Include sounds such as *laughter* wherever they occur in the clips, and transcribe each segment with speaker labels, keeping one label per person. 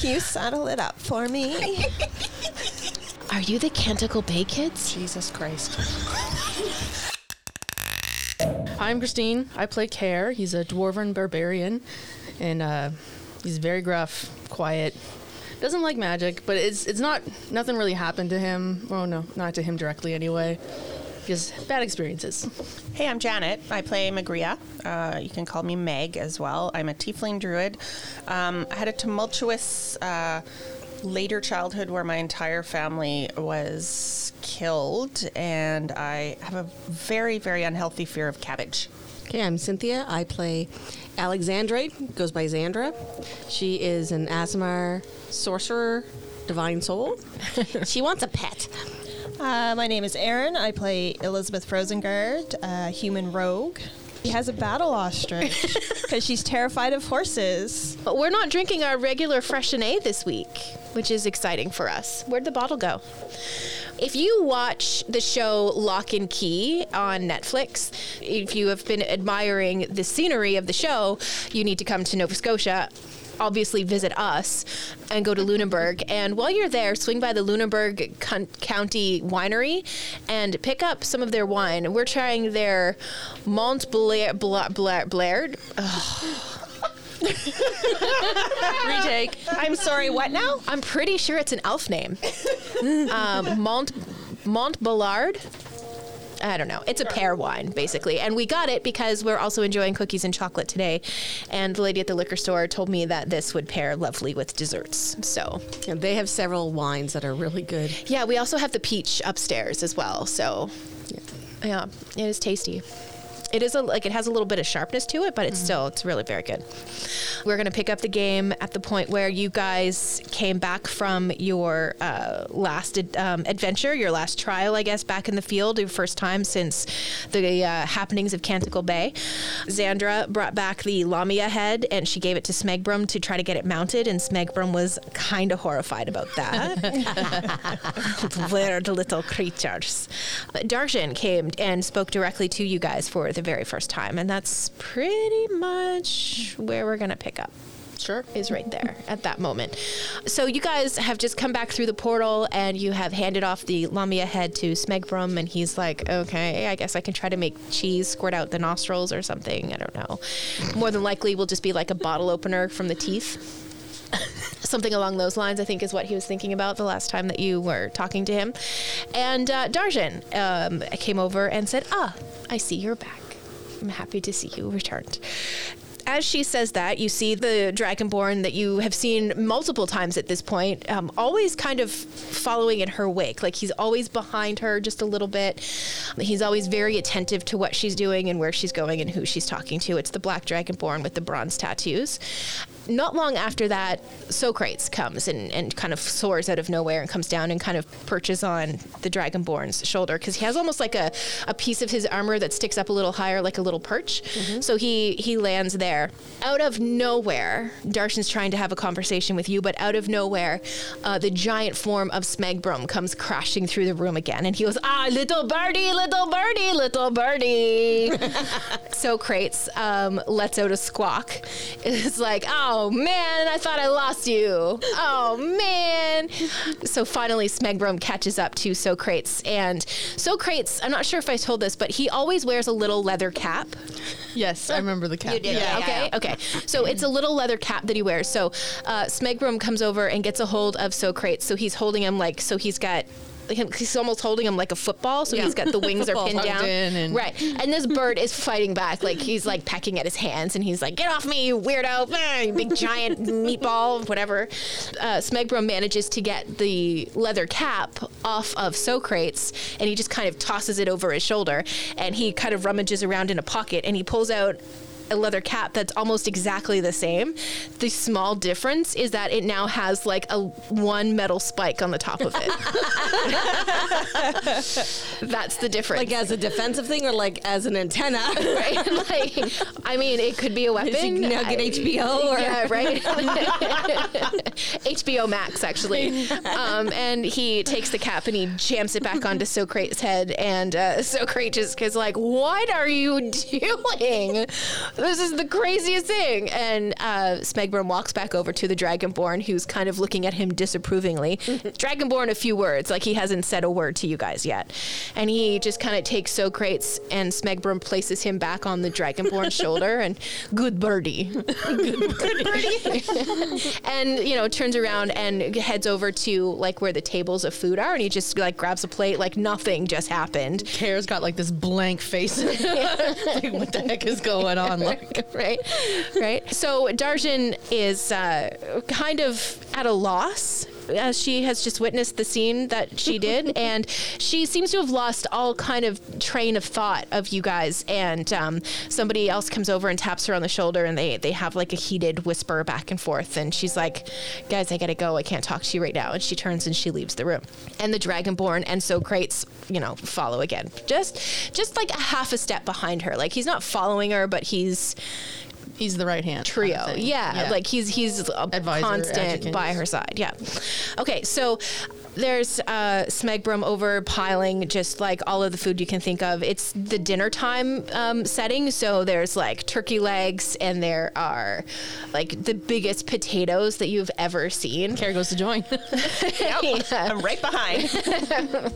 Speaker 1: you saddle it up for me?
Speaker 2: Are you the Canticle Bay kids?
Speaker 3: Jesus Christ. I'm Christine. I play Care. He's a dwarven barbarian, and uh, he's very gruff, quiet. Doesn't like magic, but it's it's not nothing really happened to him. Oh no, not to him directly anyway. Just bad experiences.
Speaker 1: *laughs* Hey, I'm Janet. I play Magria. Uh, you can call me Meg as well. I'm a tiefling druid. Um, I had a tumultuous uh, later childhood where my entire family was killed, and I have a very, very unhealthy fear of cabbage.
Speaker 4: Okay, I'm Cynthia. I play Alexandrate, goes by Xandra. She is an Asmar sorcerer, divine soul. she wants a pet.
Speaker 5: Uh, my name is Erin. I play Elizabeth Rosengard, a human rogue. She has a battle
Speaker 1: *laughs*
Speaker 5: ostrich because she's terrified of horses.
Speaker 2: But we're not drinking our regular Freshenet this week, which is exciting for us. Where'd the bottle go? If you watch the show Lock and Key on Netflix, if you have been admiring the scenery of the show, you need to come to Nova Scotia. Obviously, visit us and go to Lunenburg. And while you're there, swing by the Lunenburg Con- County Winery and pick up some of their wine. We're trying their Mont Blair, Bla, Bla, Blaird.
Speaker 1: Retake. I'm sorry, what now?
Speaker 2: I'm pretty sure it's an elf name. um, Mont Mont Ballard. I don't know. It's a pear wine, basically. And we got it because we're also enjoying cookies and chocolate today. And the lady at the liquor store told me that this would pair lovely with desserts. So,
Speaker 4: And they have several wines that are really good.
Speaker 2: yeah, we also have the peach upstairs as well. So, yeah, it is tasty. It is a, like it has a little bit of sharpness to it, but it's still it's really very good. We're gonna pick up the game at the point where you guys came back from your uh, last ad- um, adventure, your last trial, I guess, back in the field, your first time since the uh, happenings of Canticle Bay. Xandra brought back the Lamia head and she gave it to Smegbrum to try to get it mounted, and Smegbrum was kind of horrified about that *laughs* weird little creatures. Uh, Darshan came and spoke directly to you guys for the very first time, and that's pretty much where we're gonna pick up. Sure. Is right there at that moment. So you guys have just come back through the portal and you have handed off the Lamia head to Smegbrum, and he's like, okay, I guess I can try to make cheese squirt out the nostrils or something. I don't know. More than likely, will just be like a bottle opener from the teeth something along those lines, I think, is what he was thinking about the last time that you were talking to him. And uh, Darjan um, came over and said, Ah, I see you're back. I'm happy to see you returned. As she says that, you see the Dragonborn that you have seen multiple times at this point, um, always kind of following in her wake. Like he's always behind her just a little bit. He's always very attentive to what she's doing and where she's going and who she's talking to. It's the Black Dragonborn with the bronze tattoos not long after that, Socrates comes and, and kind of soars out of nowhere and comes down and kind of perches on the Dragonborn's shoulder because he has almost like a, a piece of his armor that sticks up a little higher, like a little perch. So he, he lands there. Out of nowhere, Darshan's trying to have a conversation with you, but out of nowhere, uh, the giant form of Smegbrum comes crashing through the room again and he goes, Ah, little birdie, little birdie, little birdie. So Crates um, lets out a squawk. *laughs* It's like, oh man, I thought I lost you. Oh man. So finally, Smegbrum catches up to Socrates. And Socrates, I'm not sure if I told this, but he always wears a little leather cap.
Speaker 3: Yes, I remember the cat.
Speaker 2: Yeah, okay, okay. So it's a little leather cap that he wears. So uh, Smegbrum comes over and gets a hold of Socrates. So he's holding him like, so he's got. him- He's almost holding him like a football, so he's got the wings are
Speaker 3: Football
Speaker 2: pinned
Speaker 3: tucked
Speaker 2: down,
Speaker 3: in and-
Speaker 2: right? *laughs* And this bird is fighting back, like he's like pecking at his hands, and he's like, "Get off me, you weirdo! *laughs* Ah, you big giant meatball, whatever." Uh, Smegbrum manages to get the leather cap off of Socrates, and he just kind of tosses it over his shoulder, and he kind of rummages around in a pocket, and he pulls out a leather cap that's almost exactly the same. The small difference is that it now has like a one metal spike on the top of it. that's the difference.
Speaker 4: Like as a defensive thing or like as an antenna? *laughs*
Speaker 2: *laughs* right? like, I mean, it could be a weapon.
Speaker 4: Does he now get
Speaker 2: I-
Speaker 4: HBO or-
Speaker 2: yeah, right. HBO Max actually, um, and he takes the cap and he jams it back onto Socrates' head, and uh, Socrates is like, "What are you doing? this is the craziest thing. And uh, Smegburn walks back over to the Dragonborn, who's kind of looking at him disapprovingly. Dragonborn, a few words, like he hasn't said a word to you guys yet. And he just kind of takes Socrates, and Smegburn places him back on the Dragonborn's shoulder, and good birdie. and you know turns around and heads over to like where the tables of food are and he just like grabs a plate like nothing just happened
Speaker 3: Care's got like this blank face. *laughs* like, what the heck is going on? Like,
Speaker 2: *laughs* right right so darjan is uh, kind of at a loss as she has just witnessed the scene that she did and she seems to have lost all kind of train of thought of you guys and um, somebody else comes over and taps her on the shoulder and they they have like a heated whisper back and forth and she's like guys i gotta go i can't talk to you right now and she turns and she leaves the room and the dragonborn and so crates you know follow again just just like a half a step behind her like he's not following her but he's
Speaker 3: he's the right hand
Speaker 2: trio.
Speaker 3: kind of thing.
Speaker 2: yeah, like he's he's a
Speaker 3: Advisor,
Speaker 2: constant
Speaker 3: adjudicant.
Speaker 2: by her side. Yeah. Okay, so there's uh, Smegbrum over piling just like all of the food you can think of. It's the dinner time um, setting, so there's like turkey legs and there are like the biggest potatoes that you've ever seen.
Speaker 3: Care goes
Speaker 2: *laughs*
Speaker 3: to join.
Speaker 1: Yep. I'm right behind. nom,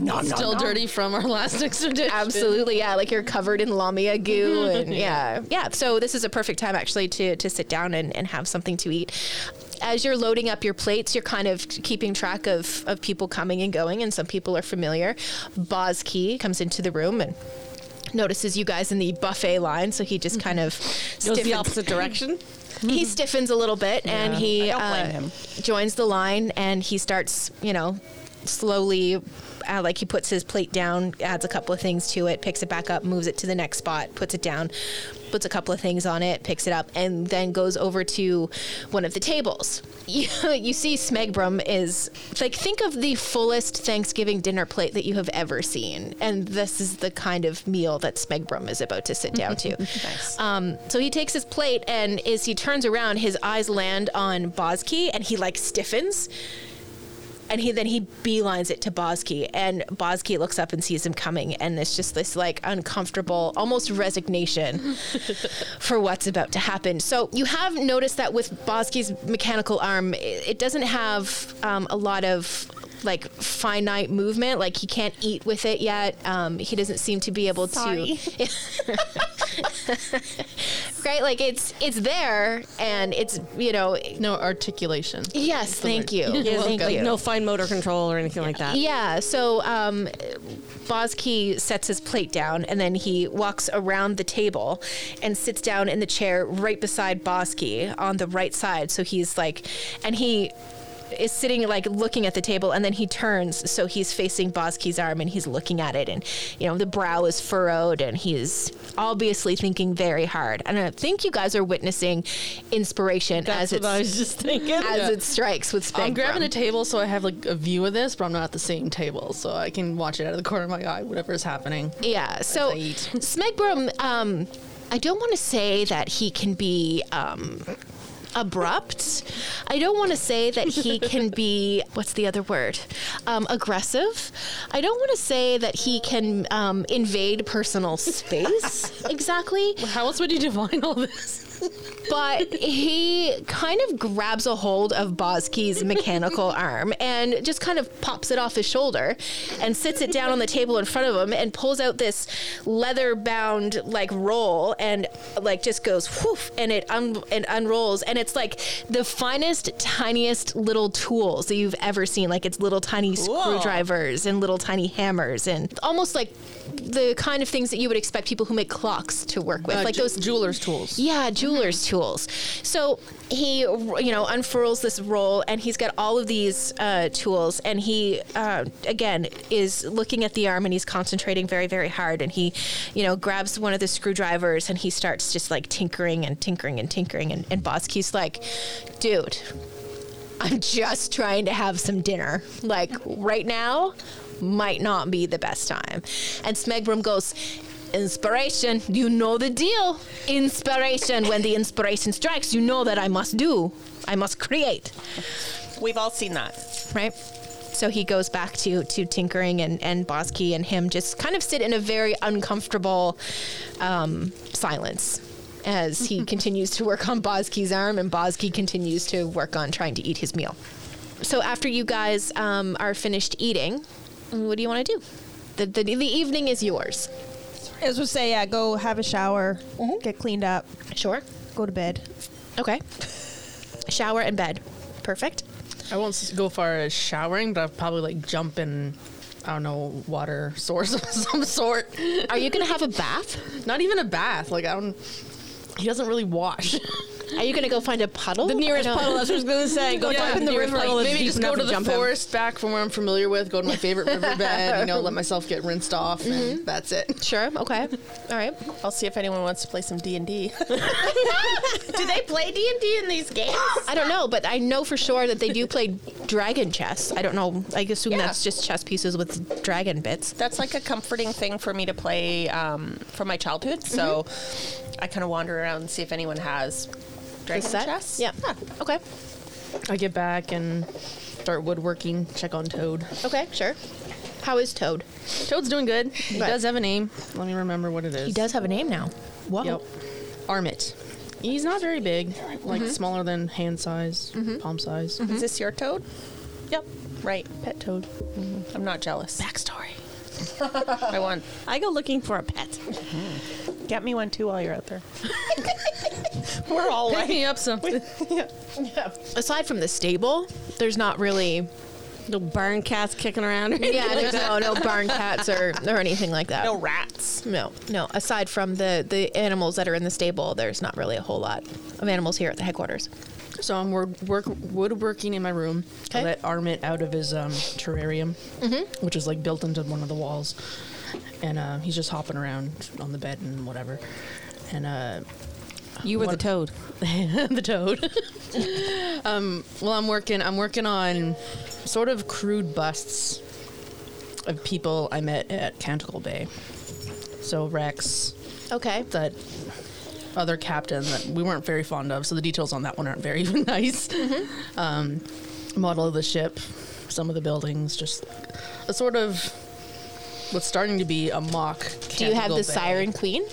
Speaker 1: nom,
Speaker 3: Still
Speaker 1: nom.
Speaker 3: dirty from our last *laughs* expedition.
Speaker 2: *laughs* Absolutely, yeah. Like you're covered in lamia goo, and yeah, yeah. So this is a perfect time actually to to sit down and, and have something to eat. As you're loading up your plates, you're kind of keeping track of of people coming and going, and some people are familiar. Bozkey comes into the room and notices you guys in the buffet line, so he just kind of
Speaker 4: Goes the
Speaker 2: stiffens-
Speaker 4: opposite direction.
Speaker 2: he stiffens a little bit and he uh,
Speaker 1: I don't blame him.
Speaker 2: joins the line and he starts, you know, slowly, uh, like he puts his plate down, adds a couple of things to it, picks it back up, moves it to the next spot, puts it down, puts a couple of things on it, picks it up, and then goes over to one of the tables. *laughs* You, you see, Smegbrum is like, think of the fullest Thanksgiving dinner plate that you have ever seen. And this is the kind of meal that Smegbrum is about to sit down to. Um, so he takes his plate, and as he turns around, his eyes land on Bozkey, and he like stiffens. And he then he beelines it to Bozkey, and Bozkey looks up and sees him coming, and it's just this like uncomfortable, almost resignation for what's about to happen. So you have noticed that with Bozkey's mechanical arm, i- it doesn't have um, a lot of like finite movement. Like he can't eat with it yet. Um, he doesn't seem to be able
Speaker 1: Sorry.
Speaker 2: to *laughs* right? Like it's it's there and it's you know
Speaker 3: No articulation.
Speaker 2: yes, thank you,
Speaker 3: You're
Speaker 2: Yes, thank
Speaker 4: Like,
Speaker 2: you.
Speaker 4: no fine motor control or anything like that.
Speaker 2: Yeah, so um, Bozkey sets his plate down and then he walks around the table and sits down in the chair right beside Bozkey on the right side. So he's like, and he is sitting like looking at the table and then he turns so he's facing Bozkey's arm and he's looking at it and you know the brow is furrowed and he's obviously thinking very hard and I think you guys are witnessing inspiration as
Speaker 4: That's
Speaker 2: it's
Speaker 4: what I was just thinking.
Speaker 2: as it strikes with Spengrum.
Speaker 3: I'm grabbing a table so I have like a view of this, but I'm not at the same table, so I can watch it out of the corner of my eye, whatever is happening.
Speaker 2: Yeah. So
Speaker 3: I eat. *laughs*
Speaker 2: Smegbrum, um, I don't want to say that he can be um, abrupt. I don't want to say that he can be *laughs* what's the other word? Um, aggressive. I don't want to say that he can um, invade personal
Speaker 3: *laughs*
Speaker 2: space exactly.
Speaker 3: How else would you define all this?
Speaker 2: But he kind of grabs a hold of Bozkey's mechanical arm and just kind of pops it off his shoulder and sits it down on the table in front of him and pulls out this leather bound like roll and like just goes whoof and it un- and unrolls and it's like the finest tiniest little tools that you've ever seen like it's little tiny screwdrivers and little tiny hammers and almost like the kind of things that you would expect people who make clocks to work with
Speaker 3: Uh,
Speaker 2: like
Speaker 3: ju-
Speaker 2: those
Speaker 3: jeweler's tools.
Speaker 2: yeah, jeweler's tools. So he, you know, unfurls this roll, and he's got all of these uh, tools, and he, uh, again, is looking at the arm, and he's concentrating very, very hard, and he, you know, grabs one of the screwdrivers, and he starts just like tinkering and tinkering and tinkering, and, and Bosky's like, dude, I'm just trying to have some dinner. Like right now, might not be the best time. And Smegbrum goes, Inspiration, you know the deal. Inspiration, when the inspiration strikes, you know that I must do, I must create,
Speaker 1: We've all seen that.
Speaker 2: right? So he goes back to, to tinkering, and, and Bosky and him just kind of sit in a very uncomfortable um, silence. as he continues to work on Bosky's arm and Bosky continues to work on trying to eat his meal. So after you guys um, are finished eating, what do you want to do? The, the, the evening is yours.
Speaker 5: As we say, yeah, go have a shower,
Speaker 1: Mm-hmm.
Speaker 5: get cleaned up,
Speaker 2: Sure.
Speaker 5: go to bed.
Speaker 2: Okay. Shower and bed. Perfect.
Speaker 3: *laughs* I won't s- go far as showering, but I'll probably like jump in. I don't know, water source *laughs* of some sort.
Speaker 2: Are you going to have a bath?
Speaker 3: Not even a bath. Like I don't. He doesn't really wash.
Speaker 2: Are you going to go find a puddle?
Speaker 4: The nearest
Speaker 2: I don't-
Speaker 4: puddle, that's what I was going to say. Go jump in the river.
Speaker 3: Like,
Speaker 4: puddle that's
Speaker 3: maybe
Speaker 4: deep
Speaker 3: just
Speaker 4: enough
Speaker 3: go to the
Speaker 4: jump in.
Speaker 3: forest back from where I'm familiar with. Go to my favorite *laughs* riverbed. You know, let myself get rinsed off, and that's it.
Speaker 2: Sure. Okay. All right.
Speaker 1: I'll see if anyone wants to play some D and D. Do they play D and D in these games?
Speaker 2: I don't know, but I know for sure that they do play dragon chess. I don't know. I assume that's just chess pieces with dragon bits.
Speaker 1: *gasps* That's like a comforting thing for me to play um, from my childhood. So I kind of wander around and see if anyone has dragon chess.
Speaker 2: Yeah. Okay.
Speaker 3: I get back and start woodworking. Check on Toad.
Speaker 2: Okay. Sure. How is Toad?
Speaker 3: Toad's doing good. He
Speaker 2: Right.
Speaker 3: does have a name. Let me remember what it is.
Speaker 2: He does have a name now. Whoa.
Speaker 3: Yep. Armit. He's not very big. Like
Speaker 2: Mm-hmm.
Speaker 3: smaller than hand size, palm size.
Speaker 1: Is this your toad? Yep. Right. Mm-hmm.
Speaker 3: Pet Toad.
Speaker 1: I'm not jealous.
Speaker 4: Backstory.
Speaker 1: *laughs* I want.
Speaker 4: I go looking for a pet.
Speaker 1: Get me one too while you're out there. *laughs* We're *laughs* all
Speaker 3: Pick
Speaker 1: like
Speaker 3: me up something.
Speaker 2: Aside from the stable, there's not really.
Speaker 4: Little barn cats kicking around.
Speaker 2: *laughs* Yeah. There's no no barn cats or or anything like that.
Speaker 1: no rats.
Speaker 2: No, no. Aside from the the animals that are in the stable, there's not really a whole lot of animals here at the headquarters.
Speaker 3: So I'm wor- work woodworking in my room. I
Speaker 2: Okay. Mm-hmm.
Speaker 3: let Armit out of his um, terrarium, which is like built into one of the walls, and uh, he's just hopping around on the bed and whatever. And uh,
Speaker 4: You were the toad.
Speaker 3: *laughs* the toad. *laughs* um, well, I'm working. I'm working on sort of crude busts of people I met at Canticle Bay. So Rex,
Speaker 2: Okay.
Speaker 3: that other captain that we weren't very fond of. So the details on that one aren't very *laughs* nice.
Speaker 2: Mm-hmm.
Speaker 3: Um, model of the ship, some of the buildings, just a sort of what's starting to be a mock.
Speaker 2: Do you have
Speaker 3: Canticle
Speaker 2: the
Speaker 3: Bay.
Speaker 2: siren queen?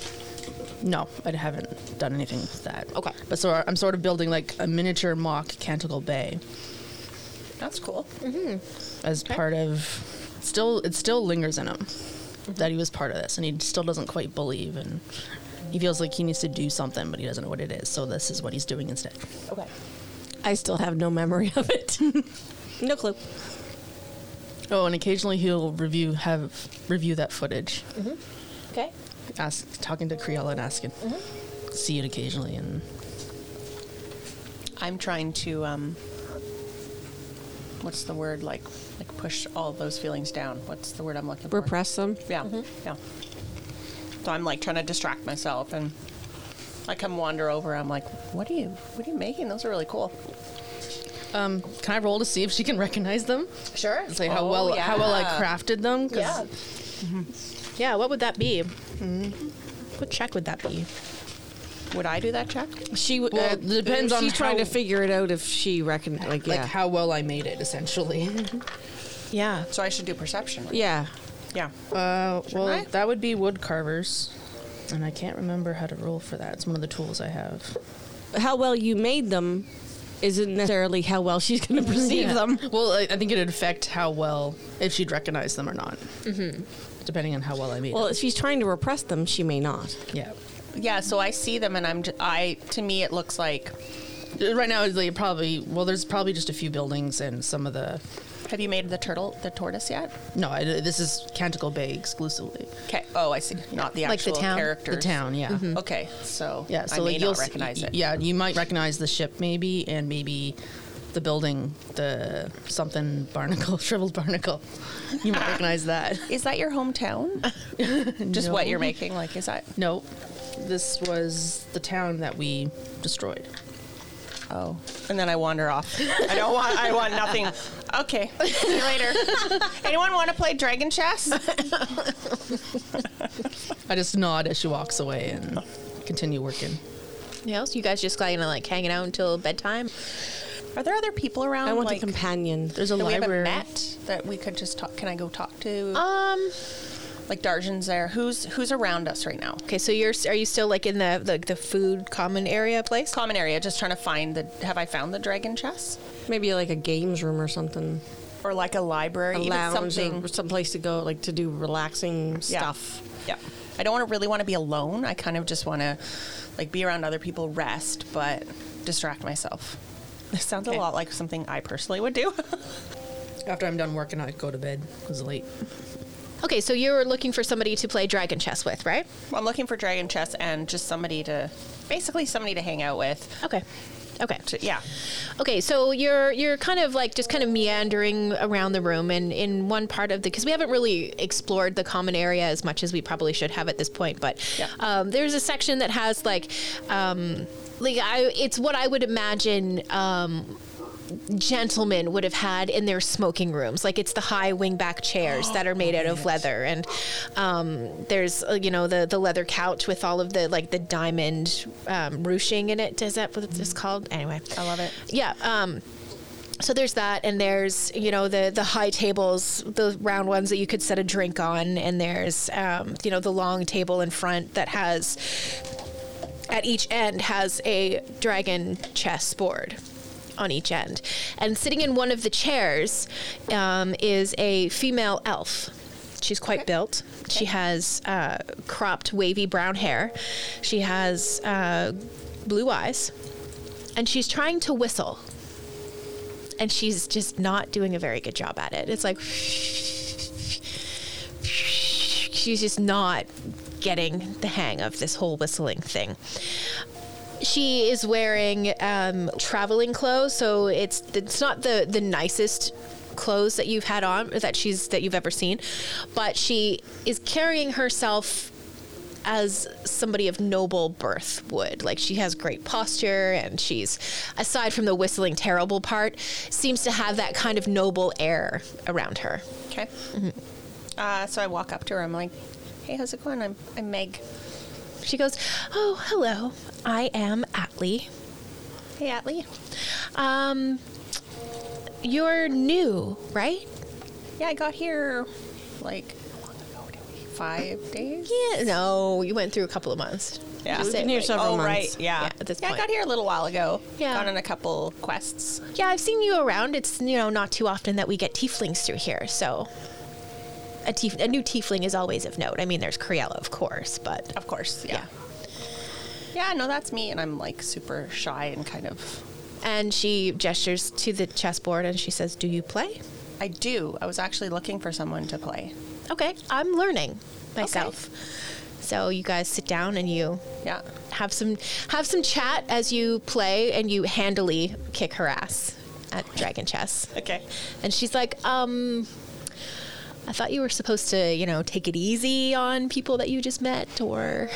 Speaker 3: No, I haven't done anything with that.
Speaker 2: Okay.
Speaker 3: But so I'm sort of building like a miniature mock Canticle Bay Mm-hmm.
Speaker 1: That's cool.
Speaker 3: as part of still it still lingers in him that he was part of this and he still doesn't quite believe and he feels like he needs to do something but he doesn't know what it is. So this is what he's doing instead.
Speaker 1: Okay.
Speaker 4: I still have no memory of it. no clue.
Speaker 3: Oh, and occasionally he'll review have review that footage.
Speaker 2: Okay.
Speaker 3: Ask talking to Creola and asking. See it occasionally and
Speaker 1: I'm trying to um what's the word like like push all those feelings down. What's the word I'm looking for?
Speaker 4: Repress them.
Speaker 1: Yeah. Yeah. So I'm like trying to distract myself and I come wander over. I'm like, what are you what are you making? Those are really cool.
Speaker 3: um, can I roll to see if she can recognize them?
Speaker 2: Sure.
Speaker 3: Say how
Speaker 1: Oh,
Speaker 3: well how well I
Speaker 1: yeah.
Speaker 3: crafted them. 'cause
Speaker 2: Yeah. Yeah. What would that be? What check would that be?
Speaker 1: Would I do that check?
Speaker 4: She w-
Speaker 3: Well,
Speaker 4: uh,
Speaker 3: depends on
Speaker 4: She's trying to
Speaker 3: how-
Speaker 4: figure it out if she reckon like yeah
Speaker 3: like how well I made it essentially.
Speaker 2: Yeah.
Speaker 1: So I should do perception. right?
Speaker 4: yeah.
Speaker 1: Yeah.
Speaker 3: Uh, well,
Speaker 1: I?
Speaker 3: that would be wood carvers, and I can't remember how to roll for that. It's one of the tools I have.
Speaker 4: How well you made them isn't necessarily how well she's going to perceive
Speaker 1: Um.
Speaker 4: them.
Speaker 3: Well, I, I think it'd affect how well if she'd recognize them or not, mm-hmm. depending on how well I made
Speaker 4: Well, if she's trying to repress them, she may not.
Speaker 3: it. Yeah.
Speaker 1: Yeah, so I see them and I'm j- I to me it looks like
Speaker 3: Uh, Right now, it's like probably well, there's probably just a few buildings and some of the.
Speaker 1: have you made the turtle the tortoise yet?
Speaker 3: No, I, this is Canticle Bay exclusively.
Speaker 1: Okay. Oh, I see. Not the
Speaker 2: Like the
Speaker 1: actual
Speaker 2: town? The
Speaker 1: characters.
Speaker 3: The town,
Speaker 1: Mm-hmm.
Speaker 3: yeah,
Speaker 1: Okay. So,
Speaker 3: yeah. So
Speaker 1: I
Speaker 3: like
Speaker 1: may
Speaker 3: you'll
Speaker 1: not
Speaker 3: s-
Speaker 1: recognize
Speaker 3: y-
Speaker 1: it.
Speaker 3: Yeah, you might recognize the ship maybe, and maybe the building, the something barnacle, *laughs* shriveled barnacle. You might
Speaker 1: *laughs*
Speaker 3: recognize that.
Speaker 1: Is that your *laughs* hometown? Just what you're making? Like, is that?
Speaker 3: No, this was the town that we destroyed.
Speaker 1: Oh. And then I wander *laughs* off. I don't want. I want nothing. Okay. See you *laughs* later. Anyone want to play dragon chess?
Speaker 3: I just nod as she walks away and continue working.
Speaker 2: Anything else? You guys just kind of like hanging out until bedtime.
Speaker 1: Are there other people around?
Speaker 4: I want
Speaker 1: like,
Speaker 4: a companion.
Speaker 3: There's a
Speaker 1: that we haven't
Speaker 3: library.
Speaker 1: Uh, met that we could just talk. Can I go talk to?
Speaker 2: Um,
Speaker 1: Like Darjan's there. Who's who's around us right now?
Speaker 2: Okay, so you're are you still like in the like the food common area place?
Speaker 1: Common area, just trying to find the. Have I found the dragon chest?
Speaker 4: Maybe like a games room or something.
Speaker 1: Or like a library,
Speaker 4: A
Speaker 1: even
Speaker 4: lounge
Speaker 1: something.
Speaker 4: or some place to go, like to do relaxing stuff.
Speaker 1: Yeah. I don't want to really want to be alone. I kind of just want to like be around other people, rest, but distract myself. This sounds a lot like something I personally would do. *laughs*
Speaker 3: After I'm done working, I go to bed. It was late.
Speaker 2: Okay, so you're looking for somebody to play dragon chess with, right?
Speaker 1: I'm looking for dragon chess and just somebody to basically somebody to hang out with.
Speaker 2: Okay. Okay.
Speaker 1: To, yeah.
Speaker 2: Okay, so you're you're kind of like just kind of meandering around the room, and in one part of the because we haven't really explored the common area as much as we probably should have at this point, but
Speaker 1: Yeah.
Speaker 2: um, there's a section that has like um, like I it's what I would imagine. Um, gentlemen would have had in their smoking rooms like it's the high wingback chairs that are made out
Speaker 1: Oh,
Speaker 2: of leather and um, there's uh, you know the the leather couch with all of the like the diamond um, ruching in it is that what it's called anyway
Speaker 1: Mm-hmm. I love it.
Speaker 2: yeah. Um, so there's that, and there's you know the the high tables, the round ones that you could set a drink on, and there's um, you know the long table in front that has at each end has a dragon chess board on each end, and sitting in one of the chairs um, is a female elf. She's quite built. She has uh, cropped, wavy brown hair. She has uh, blue eyes and she's trying to whistle and she's just not doing a very good job at it it's like she's just not getting the hang of this whole whistling thing she is wearing um, traveling clothes so it's it's not the the nicest clothes that you've had on that she's that you've ever seen but she is carrying herself as somebody of noble birth would. Like she has great posture and she's aside from the whistling terrible part, seems to have that kind of noble air around her.
Speaker 1: Okay. Uh, so I walk up to her. I'm like, "Hey, how's it going? I'm I'm Meg.
Speaker 2: She goes, "Oh, hello. I am Atlee.
Speaker 1: Hey, Atlee.
Speaker 2: Um you're new, right?"
Speaker 1: Yeah, I got here like how long ago did we- five days.
Speaker 2: Yeah, no, you went through a couple of months.
Speaker 1: Yeah,
Speaker 2: Just
Speaker 1: we've
Speaker 2: say
Speaker 1: been
Speaker 2: it
Speaker 1: here
Speaker 2: right.
Speaker 1: several
Speaker 4: several
Speaker 1: oh,
Speaker 4: months.
Speaker 1: right, yeah.
Speaker 2: Yeah, at this
Speaker 1: I
Speaker 2: point.
Speaker 1: got here a little while ago.
Speaker 2: Yeah.
Speaker 1: Gone on a couple quests.
Speaker 2: Yeah, I've seen you around. It's you know not too often that we get tieflings through here, so a, tief- a new tiefling is always of note. I mean, there's Criella, of course, but
Speaker 1: Of course, yeah.
Speaker 2: yeah.
Speaker 1: Yeah, no, that's me, and I'm like super shy and kind of.
Speaker 2: And she gestures to the chessboard and she says, "Do you play?"
Speaker 1: I do. I was actually looking for someone to play.
Speaker 2: Okay, I'm learning myself. So you guys sit down and you
Speaker 1: Yeah.
Speaker 2: have some have some chat as you play and you handily kick her ass at dragon chess.
Speaker 1: Okay.
Speaker 2: And she's like, um, I thought you were supposed to, you know, take it easy on people that you just met, or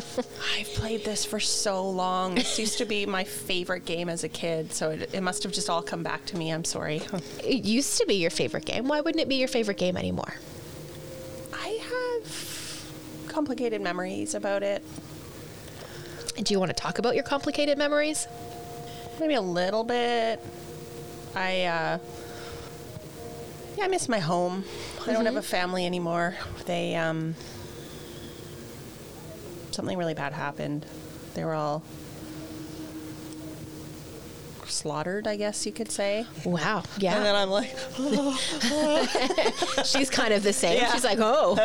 Speaker 2: *laughs*
Speaker 1: I've played this for so long. This used to be *laughs* my favorite game as a kid, so it, it must have just all come back to me. I'm sorry.
Speaker 2: it used to be your favorite game. Why wouldn't it be your favorite game anymore?
Speaker 1: I have complicated memories about it.
Speaker 2: Do you want to talk about your complicated memories?
Speaker 1: Maybe a little bit. I, uh, yeah, I miss my home. I don't have a family anymore. They, um, something really bad happened. They were all slaughtered, I guess you could say.
Speaker 2: Wow.
Speaker 1: And
Speaker 2: Yeah.
Speaker 1: then I'm like, *laughs*
Speaker 2: *laughs* She's kind of the same.
Speaker 1: Yeah.
Speaker 2: She's like, oh.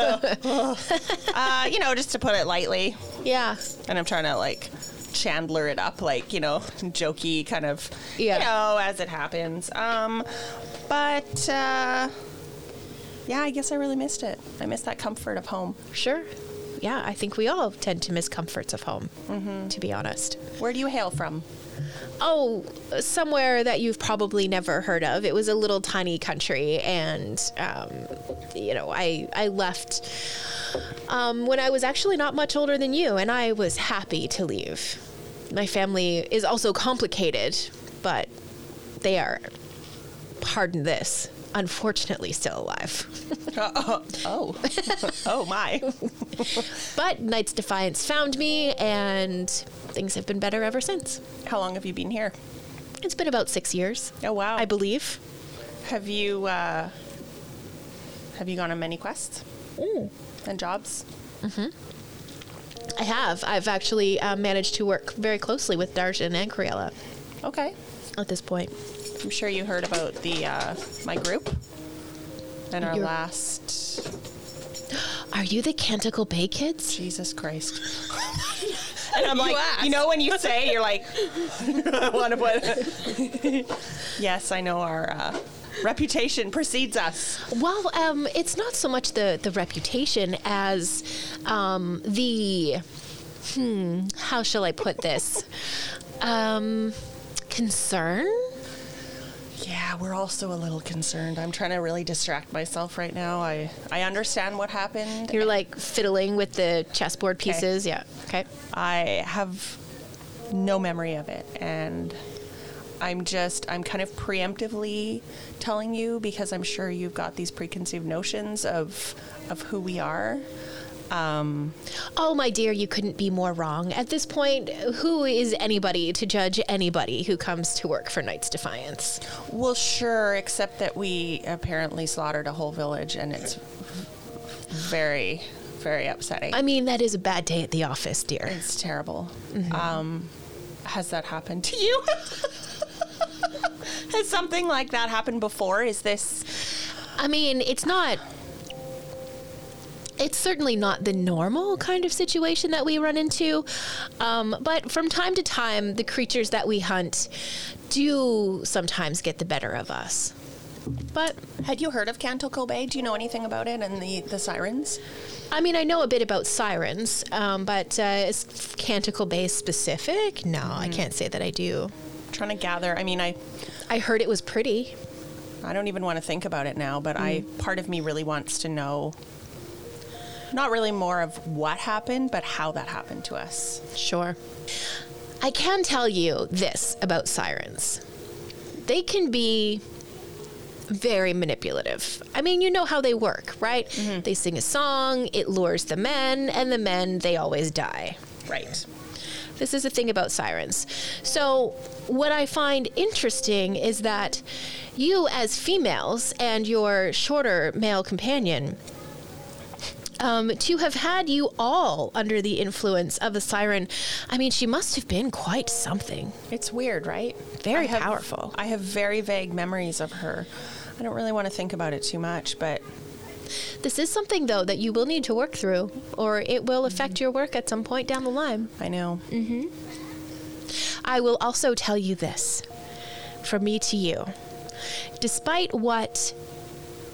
Speaker 1: *laughs* uh, you know, just to put it lightly.
Speaker 2: yeah.
Speaker 1: And I'm trying to like Chandler it up, like, you know, jokey kind of,
Speaker 2: Yeah.
Speaker 1: you know, as it happens. Um, but uh, yeah, I guess I really missed it. I missed that comfort of home.
Speaker 2: Sure. Yeah. I think we all tend to miss comforts of home, to be honest.
Speaker 1: Where do you hail from?
Speaker 2: oh, somewhere that you've probably never heard of. It was a little tiny country, and um, you know, I I left um, when I was actually not much older than you, and I was happy to leave. My family is also complicated, but they are, pardon this, unfortunately still alive.
Speaker 1: Oh, oh
Speaker 2: *laughs*
Speaker 1: my.
Speaker 2: But Knights Defiance found me, and things have been better ever since.
Speaker 1: How long have you been here?
Speaker 2: It's been about six years,
Speaker 1: Oh, wow.
Speaker 2: I believe. Mm.
Speaker 1: have you, uh, have you gone on many quests? and jobs?
Speaker 2: I have. I've actually uh, managed to work very closely with Darshan and Cruella
Speaker 1: Okay.
Speaker 2: at this point.
Speaker 1: I'm sure you heard about the uh, my group and our
Speaker 2: Your-
Speaker 1: last
Speaker 2: Are you the Canticle Bay kids?
Speaker 1: Jesus Christ. *laughs* and I'm like,
Speaker 2: asked.
Speaker 1: you know, when you say, you're like, *laughs* one of what? *laughs* yes, I know our uh, reputation precedes us.
Speaker 2: Well, um, it's not so much the, the reputation as um, the, hmm, how shall I put this? um, concern?
Speaker 1: Yeah, we're also a little concerned. I'm trying to really distract myself right now. I I understand what happened.
Speaker 2: You're like fiddling with the chessboard pieces. Yeah. Okay.
Speaker 1: I have no memory of it and I'm just I'm kind of preemptively telling you because I'm sure you've got these preconceived notions of of who we are. Um,
Speaker 2: Oh, my dear, you couldn't be more wrong. At this point, who is anybody to judge anybody who comes to work for Knights Defiance?
Speaker 1: well, sure, except that we apparently slaughtered a whole village and it's very very upsetting.
Speaker 2: I mean, that is a bad day at the office, dear.
Speaker 1: It's terrible. Um, has that happened to you? *laughs* has something like that happened before? Is this
Speaker 2: I mean, it's not. It's certainly not the normal kind of situation that we run into. Um, but from time to time, the creatures that we hunt do sometimes get the better of us. But
Speaker 1: Had you heard of Canticle Bay? Do you know anything about it and the, the sirens?
Speaker 2: I mean, I know a bit about sirens, um, but uh, is Canticle Bay specific? No, I can't say that I do.
Speaker 1: trying to gather. I mean, I,
Speaker 2: I heard it was pretty.
Speaker 1: I don't even want to think about it now, but I part of me really wants to know not really more of what happened, but how that happened to us.
Speaker 2: Sure. I can tell you this about sirens they can be very manipulative. I mean, you know how they work, right? They sing a song, it lures the men, and the men, they always die.
Speaker 1: Right.
Speaker 2: This is the thing about sirens. So, what I find interesting is that you, as females, and your shorter male companion, um, to have had you all under the influence of a siren, I mean, she must have been quite something.
Speaker 1: It's weird, right?
Speaker 2: Very
Speaker 1: I have-
Speaker 2: powerful.
Speaker 1: I have very vague memories of her. I don't really want to think about it too much, but
Speaker 2: This is something, though, that you will need to work through, or it will affect your work at some point down the line.
Speaker 1: I know.
Speaker 2: I will also tell you this from me to you. Despite what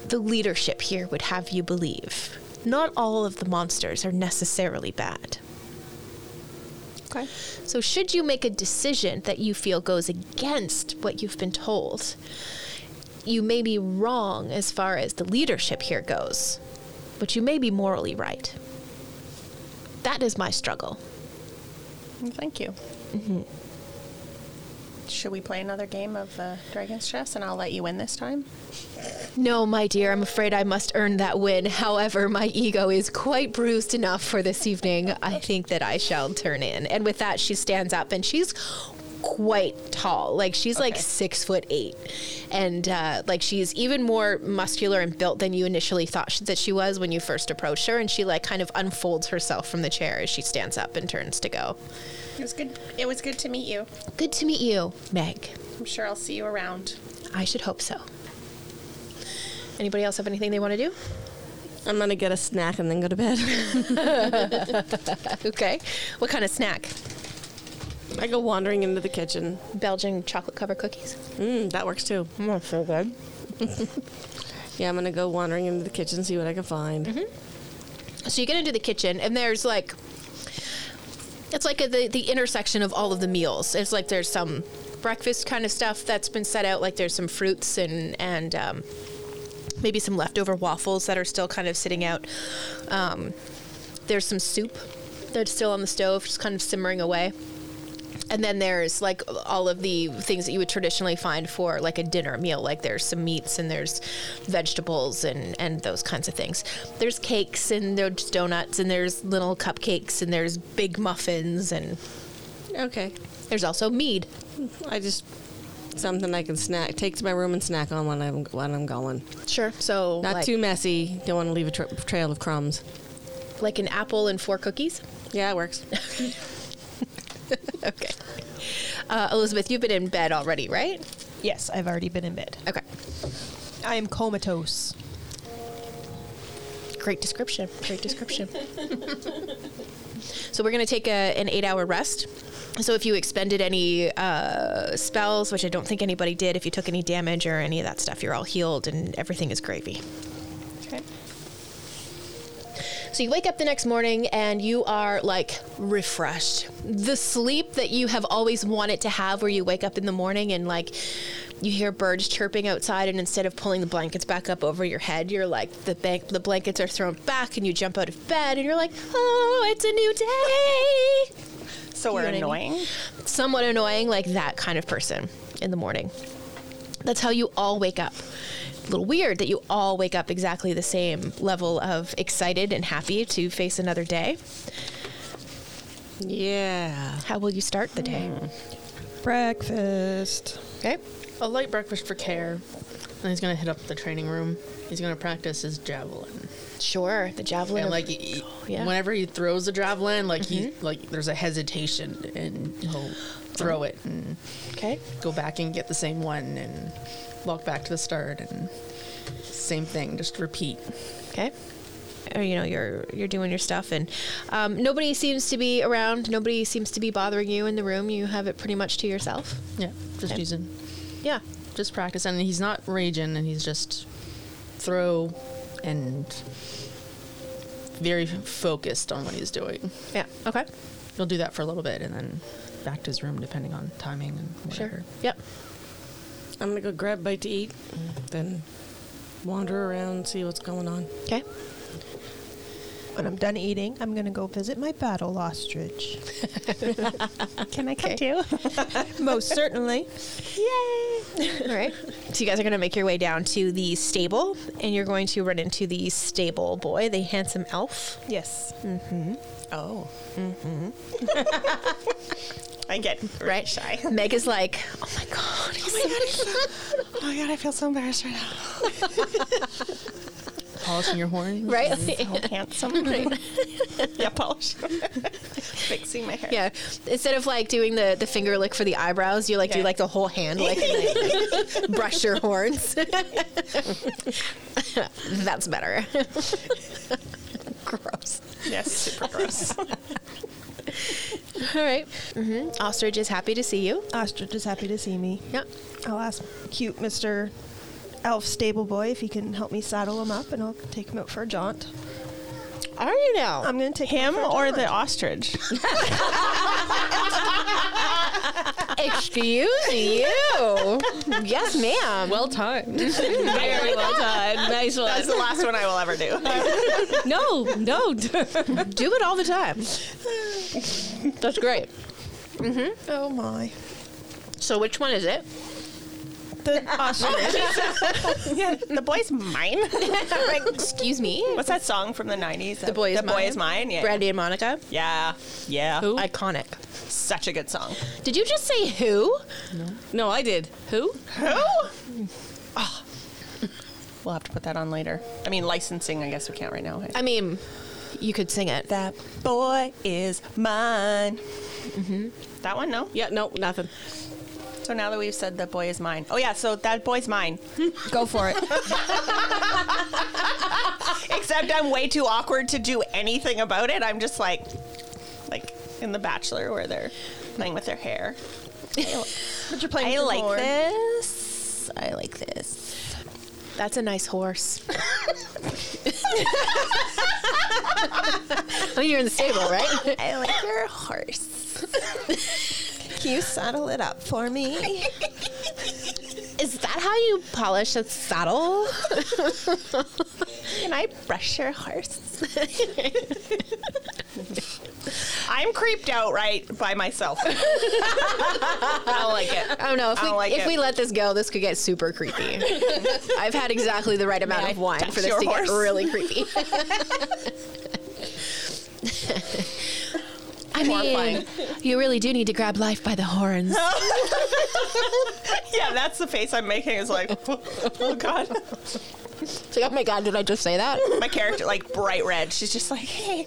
Speaker 2: the leadership here would have you believe, not all of the monsters are necessarily bad.
Speaker 1: Okay.
Speaker 2: So, should you make a decision that you feel goes against what you've been told, you may be wrong as far as the leadership here goes, but you may be morally right. That is my struggle.
Speaker 1: Well, Thank you. Mm-hmm. Should we play another game of uh, Dragon's Chess and I'll let you win this time?
Speaker 2: No, my dear, I'm afraid I must earn that win. However, my ego is quite bruised enough for this evening. I think that I shall turn in. And with that, she stands up and she's quite tall. Like, she's like
Speaker 1: Okay.
Speaker 2: six foot eight. And uh, like, she's even more muscular and built than you initially thought sh- that she was when you first approached her. And she like kind of unfolds herself from the chair as she stands up and turns to go.
Speaker 1: It was good. It was good to meet you.
Speaker 2: Good to meet you, Meg.
Speaker 1: I'm sure I'll see you around.
Speaker 2: I should hope so. Anybody else have anything they want to do?
Speaker 4: I'm gonna get a snack and then go to bed. *laughs*
Speaker 2: Okay. What kind of snack?
Speaker 4: I go wandering into the kitchen.
Speaker 2: Belgian chocolate covered cookies.
Speaker 4: Mm, that works too.
Speaker 2: That's so good.
Speaker 4: *laughs* Yeah, I'm gonna go wandering into the kitchen, see what I can find.
Speaker 2: So you get into the kitchen, and there's like, it's like a, the the intersection of all of the meals. It's like there's some breakfast kind of stuff that's been set out. Like there's some fruits and and um, maybe some leftover waffles that are still kind of sitting out. Um, there's some soup that's still on the stove, just kind of simmering away. And then there's like all of the things that you would traditionally find for like a dinner meal. Like there's some meats and there's vegetables and, and those kinds of things. There's cakes and there's donuts and there's little cupcakes and there's big muffins and
Speaker 4: Okay,
Speaker 2: there's also mead.
Speaker 4: I just something I can snack, take to my room and snack on when I'm when I'm going.
Speaker 2: Sure. So
Speaker 4: Not
Speaker 2: like-
Speaker 4: too messy. Don't want to leave a tra- trail of crumbs.
Speaker 2: Like an apple and four cookies? *laughs*
Speaker 4: Yeah, it works.
Speaker 2: Okay. Uh, Elizabeth, you've been in bed already, right?
Speaker 5: Yes, I've already been in bed.
Speaker 2: Okay.
Speaker 5: I am comatose.
Speaker 2: Great description. Great description. so we're going to take a, an eight-hour rest. So if you expended any uh, spells, which I don't think anybody did, if you took any damage or any of that stuff, you're all healed and everything is gravy.
Speaker 5: Okay.
Speaker 2: So you wake up the next morning and you are like refreshed. The sleep that you have always wanted to have, where you wake up in the morning and like you hear birds chirping outside, and instead of pulling the blankets back up over your head, you're like the bank, the blankets are thrown back, and you jump out of bed, and you're like, oh, it's a new day.
Speaker 1: So we're
Speaker 2: You know what I
Speaker 1: annoying.
Speaker 2: mean? Somewhat annoying, like that kind of person in the morning. That's how you all wake up. A little weird that you all wake up exactly the same level of excited and happy to face another day.
Speaker 4: Yeah.
Speaker 2: How will you start the day?
Speaker 5: Breakfast.
Speaker 2: Hmm. Okay.
Speaker 3: A light breakfast for care. And he's gonna hit up the training room. He's gonna practice his javelin.
Speaker 2: Sure. The javelin.
Speaker 3: And
Speaker 2: of-
Speaker 3: like, he-
Speaker 2: yeah.
Speaker 3: whenever he throws a javelin, like he like there's a hesitation, and he'll throw it and
Speaker 2: okay.
Speaker 3: go back and get the same one, and walk back to the start, and same thing, just repeat.
Speaker 2: Okay. Or, you know, you're you're doing your stuff, and um, nobody seems to be around. Nobody seems to be bothering you in the room. You have it pretty much to yourself.
Speaker 3: Yeah, just
Speaker 2: Okay.
Speaker 3: using,
Speaker 2: Yeah.
Speaker 3: just practice, and he's not raging, and he's just throw and very focused on what he's doing.
Speaker 2: Yeah. Okay.
Speaker 3: He'll do that for a little bit, and then back to his room, depending on timing and whatever.
Speaker 2: Sure. Yep.
Speaker 4: I'm gonna go grab a bite to eat, then wander around, see what's going on.
Speaker 2: Okay.
Speaker 5: When I'm done eating, I'm going to go visit my battle ostrich. Can I come
Speaker 2: *laughs*
Speaker 5: too? Most certainly.
Speaker 2: All right. So you guys are going to make your way down to the stable, and you're going to run into the stable boy, the handsome elf.
Speaker 5: Yes.
Speaker 1: Oh. Mm-hmm. *laughs* I get very
Speaker 2: Right.
Speaker 1: shy. *laughs*
Speaker 2: Meg is like, oh my god, he's so
Speaker 1: oh my god, I feel so embarrassed right now.
Speaker 3: Polishing your horn.
Speaker 2: *laughs* right.
Speaker 1: so handsome. *laughs* yeah, polish. Fixing my hair.
Speaker 2: Yeah. Instead of like doing the, the finger lick for the eyebrows, you like do
Speaker 1: Okay.
Speaker 2: like the whole hand lick and *laughs* like, brush your horns. *laughs* That's better. Gross.
Speaker 1: Yes, super gross.
Speaker 2: All Mm-hmm. Ostrich is happy to see you.
Speaker 5: Ostrich is happy to see me.
Speaker 2: Yep.
Speaker 5: I'll ask cute Mr. Elf Stable Boy if he can help me saddle him up and I'll take him out for a jaunt.
Speaker 2: Are you now?
Speaker 5: I'm going to take
Speaker 1: Him
Speaker 5: him, out for a
Speaker 1: or
Speaker 5: jaunt.
Speaker 1: the ostrich?
Speaker 2: *laughs* Excuse you. yes, ma'am. Well *laughs* timed.
Speaker 1: Very well done.
Speaker 4: Nice one.
Speaker 1: That's the last one I will ever do.
Speaker 2: *laughs* No, no. Do it all the time. That's great.
Speaker 5: Oh my.
Speaker 2: So, which one is it?
Speaker 5: The ostrich.
Speaker 1: *laughs* yeah, the boy's mine.
Speaker 2: Excuse me.
Speaker 1: What's that song from the '90s? The
Speaker 2: Boy Is
Speaker 1: the boy
Speaker 2: Mine?
Speaker 1: is mine. Yeah,
Speaker 2: Brandy and Monica.
Speaker 1: yeah, yeah.
Speaker 2: Iconic.
Speaker 1: Such a good song.
Speaker 2: Did you just say who?
Speaker 4: No, I did. Who?
Speaker 1: Who? *laughs* Ah. We'll have to put that on later. I mean, licensing. I guess we can't right now.
Speaker 2: I mean, you could sing it.
Speaker 1: that boy is mine. That one, no.
Speaker 4: Yeah, no, nothing.
Speaker 1: So now that we've said that boy is mine. Oh yeah, so that boy's mine.
Speaker 5: go for it.
Speaker 1: *laughs* Except I'm way too awkward to do anything about it. I'm just like, like in The Bachelor where they're playing with their hair.
Speaker 5: But you're playing
Speaker 1: I
Speaker 5: with your
Speaker 1: like
Speaker 5: horn.
Speaker 1: this. I like this.
Speaker 2: That's a nice horse. *laughs* I mean, you're in the stable, right?
Speaker 1: I like your horse.
Speaker 5: *laughs* Can you saddle it up for *laughs* me?
Speaker 2: Is that how you polish a saddle?
Speaker 1: Can I brush your horse? *laughs* I'm creeped out right by myself. *laughs* I don't like it.
Speaker 2: I don't know. If,
Speaker 1: I
Speaker 2: we,
Speaker 1: don't like
Speaker 2: if
Speaker 1: it.
Speaker 2: we let this go, this could get super
Speaker 1: *laughs*
Speaker 2: creepy. I've had exactly the right amount
Speaker 1: May
Speaker 2: of
Speaker 1: I
Speaker 2: wine
Speaker 1: touch
Speaker 2: for this
Speaker 1: your
Speaker 2: to
Speaker 1: horse?
Speaker 2: get
Speaker 1: *laughs*
Speaker 2: really creepy. I mean,
Speaker 1: Horrifying.
Speaker 2: you really do need to grab life by the
Speaker 1: *laughs*
Speaker 2: horns.
Speaker 1: Yeah, that's the face I'm making. Is like, oh god.
Speaker 2: It's like, oh my god, did I just say that?
Speaker 1: My character, like bright red, she's just like, hey,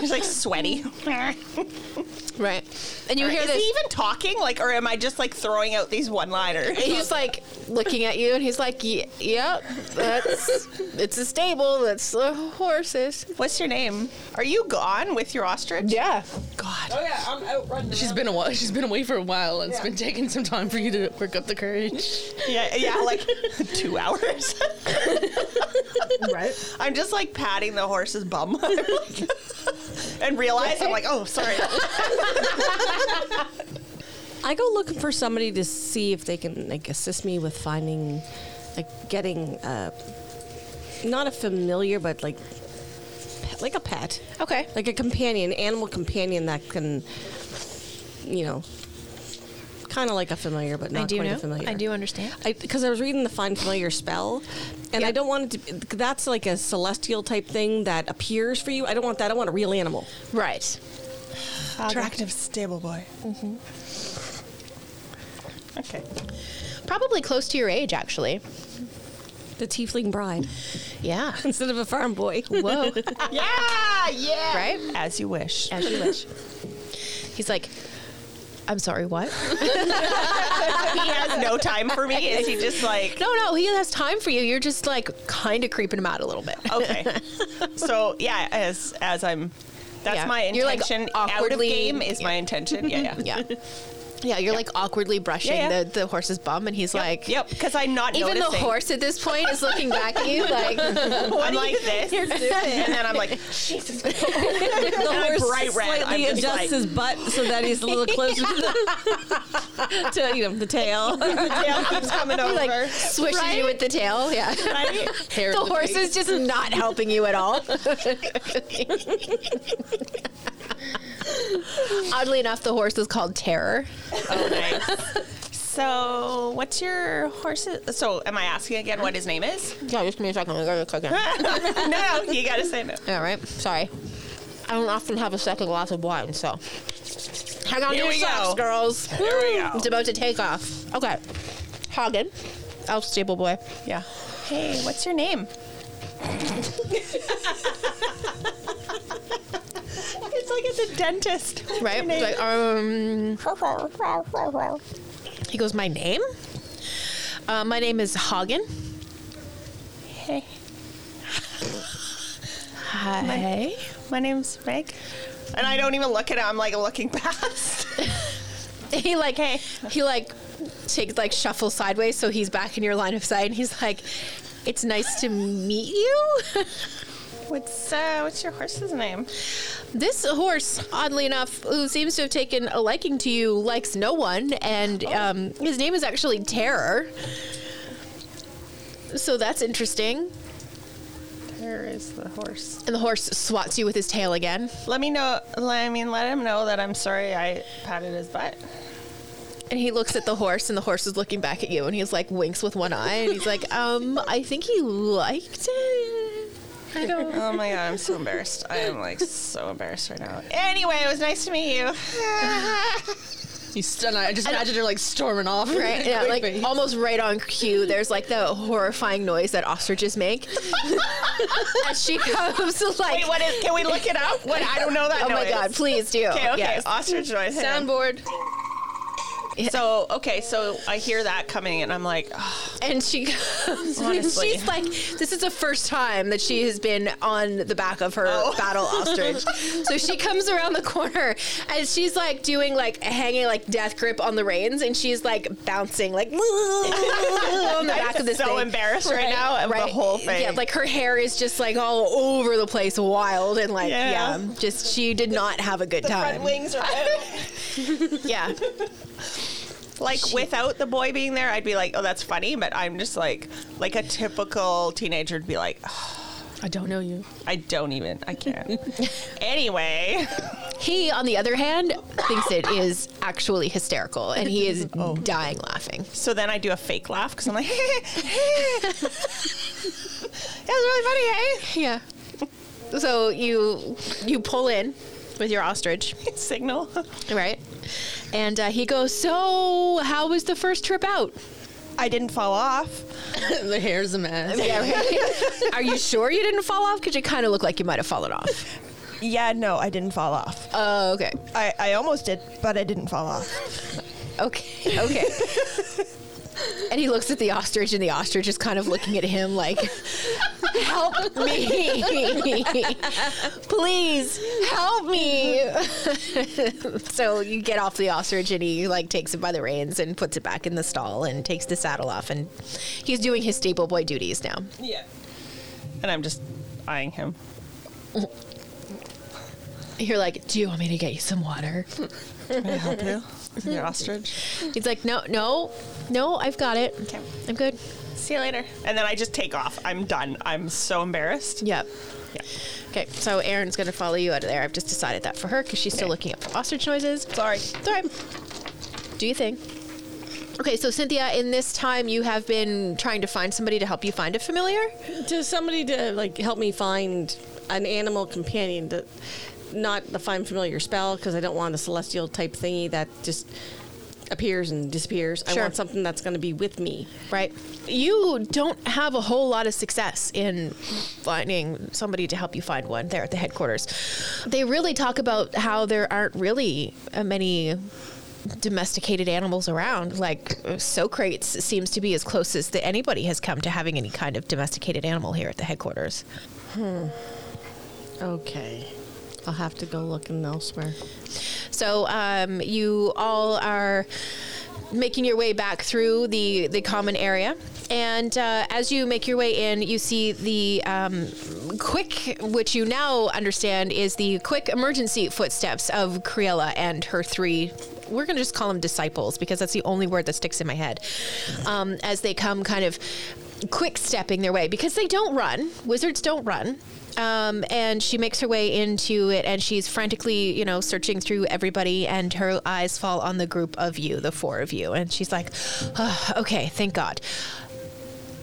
Speaker 1: she's like sweaty.
Speaker 2: right. And you hear
Speaker 1: Is
Speaker 2: this.
Speaker 1: he even talking? Like, or am I just like throwing out these one-liners?
Speaker 2: and he's like looking at you, and he's like, "Ye- "Yep, that's it's a stable. That's the horses."
Speaker 1: What's your name? Are you gone with your ostrich?
Speaker 2: Yeah.
Speaker 1: God.
Speaker 5: yeah, I'm out running.
Speaker 3: She's been a while. She's been away for a while, and it's been taking some time for you to work up the courage.
Speaker 1: Yeah, yeah, like *laughs* two hours.
Speaker 3: Right?
Speaker 1: I'm just like patting the horse's bum, *laughs* and realize I'm like, oh, sorry.
Speaker 4: I go looking for somebody to see if they can like assist me with finding, like getting, uh, not a familiar, but like, pe- like a pet,
Speaker 2: Okay.
Speaker 4: like a companion, animal companion that can, you know, kind of like a familiar, but not
Speaker 2: I do
Speaker 4: quite
Speaker 2: know.
Speaker 4: a familiar.
Speaker 2: I do understand.
Speaker 4: because I, was reading the find familiar spell, and I
Speaker 2: Yep.
Speaker 4: don't want it to. be- That's like a celestial type thing that appears for you. I don't want that. I want a real animal.
Speaker 2: Right.
Speaker 1: Attractive stable boy. Okay.
Speaker 2: Probably close to your age, actually.
Speaker 4: The tiefling bride
Speaker 2: Yeah.
Speaker 4: *laughs* instead of a farm boy.
Speaker 2: Whoa.
Speaker 1: Yeah, yeah.
Speaker 2: Right?
Speaker 1: As you wish.
Speaker 2: As you wish. He's like, I'm sorry, what?
Speaker 1: he has no time for me. Is he just like
Speaker 2: No, no, he has time for you. You're just like kind of creeping him out a little bit.
Speaker 1: okay? So yeah, as as I'm, that's
Speaker 2: Yeah.
Speaker 1: my
Speaker 2: You're, like,
Speaker 1: intention. out of
Speaker 2: awkwardly-
Speaker 1: game is my intention. Yeah, *laughs* yeah.
Speaker 2: Yeah. Yeah, you're like awkwardly brushing
Speaker 1: Yeah, yeah.
Speaker 2: The, the horse's bum, and he's like,
Speaker 1: yep, because I'm not
Speaker 2: Even
Speaker 1: noticing.
Speaker 2: the horse at this point is looking back at you
Speaker 1: *laughs*
Speaker 2: like, *laughs*
Speaker 1: I'm like this, *laughs* and then I'm like, *laughs* Jesus.
Speaker 4: *laughs*
Speaker 1: Christ.
Speaker 4: the
Speaker 1: And I'm
Speaker 4: horse
Speaker 1: bright red.
Speaker 4: slightly
Speaker 1: I'm just
Speaker 4: adjusts
Speaker 1: like-
Speaker 4: his butt so that he's a little closer to the, *laughs* to, you know, the *laughs* tail.
Speaker 1: The tail keeps coming over.
Speaker 2: like swishes you with the tail.
Speaker 1: *laughs*
Speaker 2: Yeah.
Speaker 1: right?
Speaker 2: the horse is just not helping you at
Speaker 1: *laughs*
Speaker 2: all. Oddly enough, the horse is called Terror.
Speaker 1: Oh, nice. So, what's your horse's? So, am I asking again what his name *laughs* is?
Speaker 2: Yeah, just give me a second. I gotta cook it.
Speaker 1: no, you gotta say no.
Speaker 2: All right, sorry. I don't often have a second glass of wine, so hang on
Speaker 1: Here
Speaker 2: to your
Speaker 1: we
Speaker 2: socks,
Speaker 1: go.
Speaker 2: girls.
Speaker 1: Here we go.
Speaker 2: It's about to take off. Okay, Hagen, elf stable boy.
Speaker 1: Yeah. Hey, what's your name? it's like it's a dentist.
Speaker 2: Right? He's Like, um, he goes, my name. Uh, my name is Hagen.
Speaker 1: Hey,
Speaker 2: Hi.
Speaker 1: my name's Meg. And I don't even look at him. I'm like looking *laughs* past.
Speaker 2: *laughs* he like he like takes like shuffle sideways so he's back in your line of sight and he's like it's nice to meet you *laughs*
Speaker 1: What's uh, what's your horse's name?
Speaker 2: this horse oddly enough who seems to have taken a liking to you likes no one and
Speaker 3: Oh.
Speaker 2: um, his name is actually terror so that's interesting
Speaker 1: Where is the horse?
Speaker 2: and the horse swats you with his tail again
Speaker 1: Let me know. I mean, let him know that I'm sorry. I patted his butt.
Speaker 2: and he looks at the horse and the horse is looking back at you and he's like winks with one eye and he's like
Speaker 3: *laughs*
Speaker 2: um i think he liked it i don't
Speaker 1: Oh my god, I'm so embarrassed. I am like so embarrassed right now. Anyway, it was nice to
Speaker 2: *laughs*
Speaker 1: meet you.
Speaker 3: You stun. I just imagine her like storming off.
Speaker 2: Right, yeah, like
Speaker 3: Quickly.
Speaker 2: almost right on cue. There's like the horrifying noise that ostriches
Speaker 3: *laughs*
Speaker 2: make. *laughs* and she comes like,
Speaker 1: Wait, what is? Can we look it up? What? I don't know that.
Speaker 2: *laughs* oh my
Speaker 1: noise.
Speaker 2: god, please do.
Speaker 1: Okay, *laughs* okay.
Speaker 2: Yes.
Speaker 1: Ostrich noise. hang on.
Speaker 3: soundboard.
Speaker 1: So okay, so I hear that coming, and I'm like, oh,
Speaker 2: And she comes, and
Speaker 1: Honestly.
Speaker 2: she's like, this is the first time that she has been on the back of her
Speaker 1: Oh. *laughs*
Speaker 2: battle ostrich. so she comes around the corner and she's like doing like hanging like death grip on the reins and she's like bouncing like *laughs* on the back of this
Speaker 1: so
Speaker 2: thing.
Speaker 1: embarrassed right, now of the whole thing.
Speaker 2: Yeah, like her hair is just like all over the place, wild and like yeah,
Speaker 1: Yeah.
Speaker 2: just she did not have a good
Speaker 1: the front
Speaker 2: time.
Speaker 1: wings are
Speaker 2: *laughs*
Speaker 1: out.
Speaker 2: Yeah,
Speaker 1: like without the boy being there, I'd be like, oh, that's funny, but I'm just like, like a typical teenager would be like, oh,
Speaker 3: I don't know you.
Speaker 1: I don't even, I can't.
Speaker 2: *laughs*
Speaker 1: anyway,
Speaker 2: he on the other hand thinks it is actually hysterical, and he is dying laughing.
Speaker 1: so then I do a fake laugh because I'm like, *laughs* that was really funny,
Speaker 2: Yeah, so you you pull in with your ostrich,
Speaker 1: hey? *laughs* Signal.
Speaker 2: right? And uh, he goes, "So, how was the first trip out?"
Speaker 5: I didn't fall off.
Speaker 3: *laughs* the hair's a mess.
Speaker 2: *laughs* Are you sure you didn't fall off? Because you kind of look like you might have fallen off.
Speaker 5: Yeah, no, I didn't fall off.
Speaker 2: Oh, okay.
Speaker 5: I, I almost did, but I didn't fall off.
Speaker 2: Okay. Okay. and he looks at the ostrich, and the ostrich is kind of looking at him like, "Help me, *laughs* please, help me." so you get off the ostrich, and he like takes it by the reins and puts it back in the stall, and takes the saddle off, and he's doing his stable boy duties now.
Speaker 1: Yeah. And I'm just eyeing him.
Speaker 2: You're like, "Do you want me to get you some water?"
Speaker 1: Can I help you? *laughs* Your ostrich.
Speaker 2: He's like, "No, no, no, I've got it. Okay. I'm good."
Speaker 1: See you later. And then I just take off. I'm done. I'm so embarrassed.
Speaker 2: Yep.
Speaker 1: Yeah.
Speaker 2: Okay, so Erin's gonna follow you out of there. I've just decided that for her because she's still looking up for ostrich noises.
Speaker 1: Sorry.
Speaker 2: It's all right. Do you think? Okay, so Cynthia, in this time you have been trying to find somebody to help you find a familiar.
Speaker 4: to somebody to like help me find an animal companion to not the find familiar spell because I don't want a celestial type thingy that just appears and disappears. I
Speaker 2: Sure.
Speaker 4: want something that's going to be with me.
Speaker 2: Right. You don't have a whole lot of success in finding somebody to help you find one there at the headquarters. They really talk about how there aren't really uh, many domesticated animals around. Like uh, Socrates seems to be as close as that anybody has come to having any kind of domesticated animal here at the headquarters.
Speaker 4: Okay. I'll have to go looking elsewhere.
Speaker 2: So um, you all are making your way back through the, the common area. And uh, as you make your way in, you see the um, quick, which you now understand is the quick emergency footsteps of Creella and her three. We're going to just call them disciples because that's the only word that sticks in my head. Um, as they come kind of quick stepping their way because they don't run, wizards don't run. Um, and she makes her way into it and she's frantically, you know, searching through everybody and her eyes fall on the group of you, the four of you. And she's like, "Ah, okay, thank God.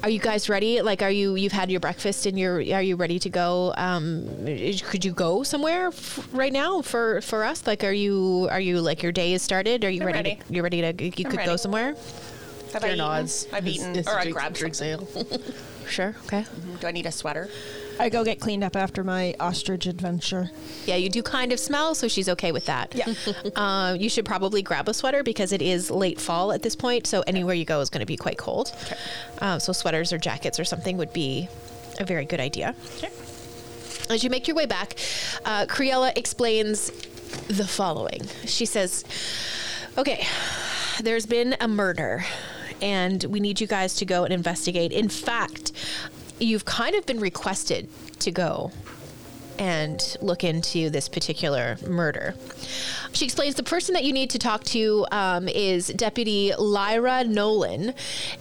Speaker 2: Are you guys ready? Like, are you, you've had your breakfast and you're, are you ready to go? Um, is- could you go somewhere f- right now for, for us? Like, are you, are you like your day is started? Are you
Speaker 1: I'm
Speaker 2: ready?
Speaker 1: ready.
Speaker 2: To, you're ready to, you could go
Speaker 1: ready.
Speaker 2: somewhere?
Speaker 1: Have I
Speaker 3: Hair
Speaker 1: eaten?
Speaker 3: nods.
Speaker 1: I've
Speaker 3: It's-
Speaker 1: eaten.
Speaker 3: it's
Speaker 1: or I
Speaker 3: Drake-
Speaker 1: grabbed
Speaker 3: Drake's
Speaker 1: something.
Speaker 3: ale.
Speaker 2: Sure. Okay.
Speaker 1: Do I need a sweater?
Speaker 5: I go get cleaned up after my ostrich adventure.
Speaker 2: Yeah, you do kind of smell, so she's okay with that. Yeah. *laughs* uh, you should probably grab a sweater because it is late fall at this point, so anywhere you go is going to be quite cold. Uh, so sweaters or jackets or something would be a very good idea. As you make your way back, uh, Creella explains the following. She says, Okay, there's been a murder, and we need you guys to go and investigate. In fact, you've kind of been requested to go and look into this particular murder. She explains the person that you need to talk to um, is Deputy Lyra Nolan,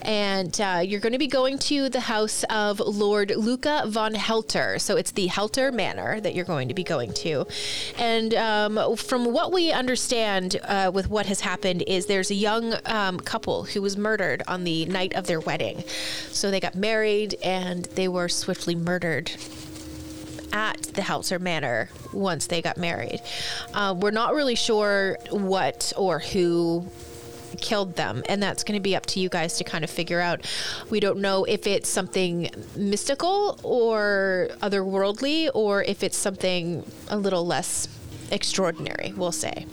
Speaker 2: and uh, you're going to be going to the house of Lord Luca von Helter. So it's the Helter Manor that you're going to be going to. And um, from what we understand uh, with what has happened, is there's a young um, couple who was murdered on the night of their wedding. So they got married and they were swiftly murdered at the Heltzer Manor once they got married. Uh, we're not really sure what or who killed them, and that's going to be up to you guys to kind of figure out. We don't know if it's something mystical or otherworldly, or if it's something a little less extraordinary, we'll say.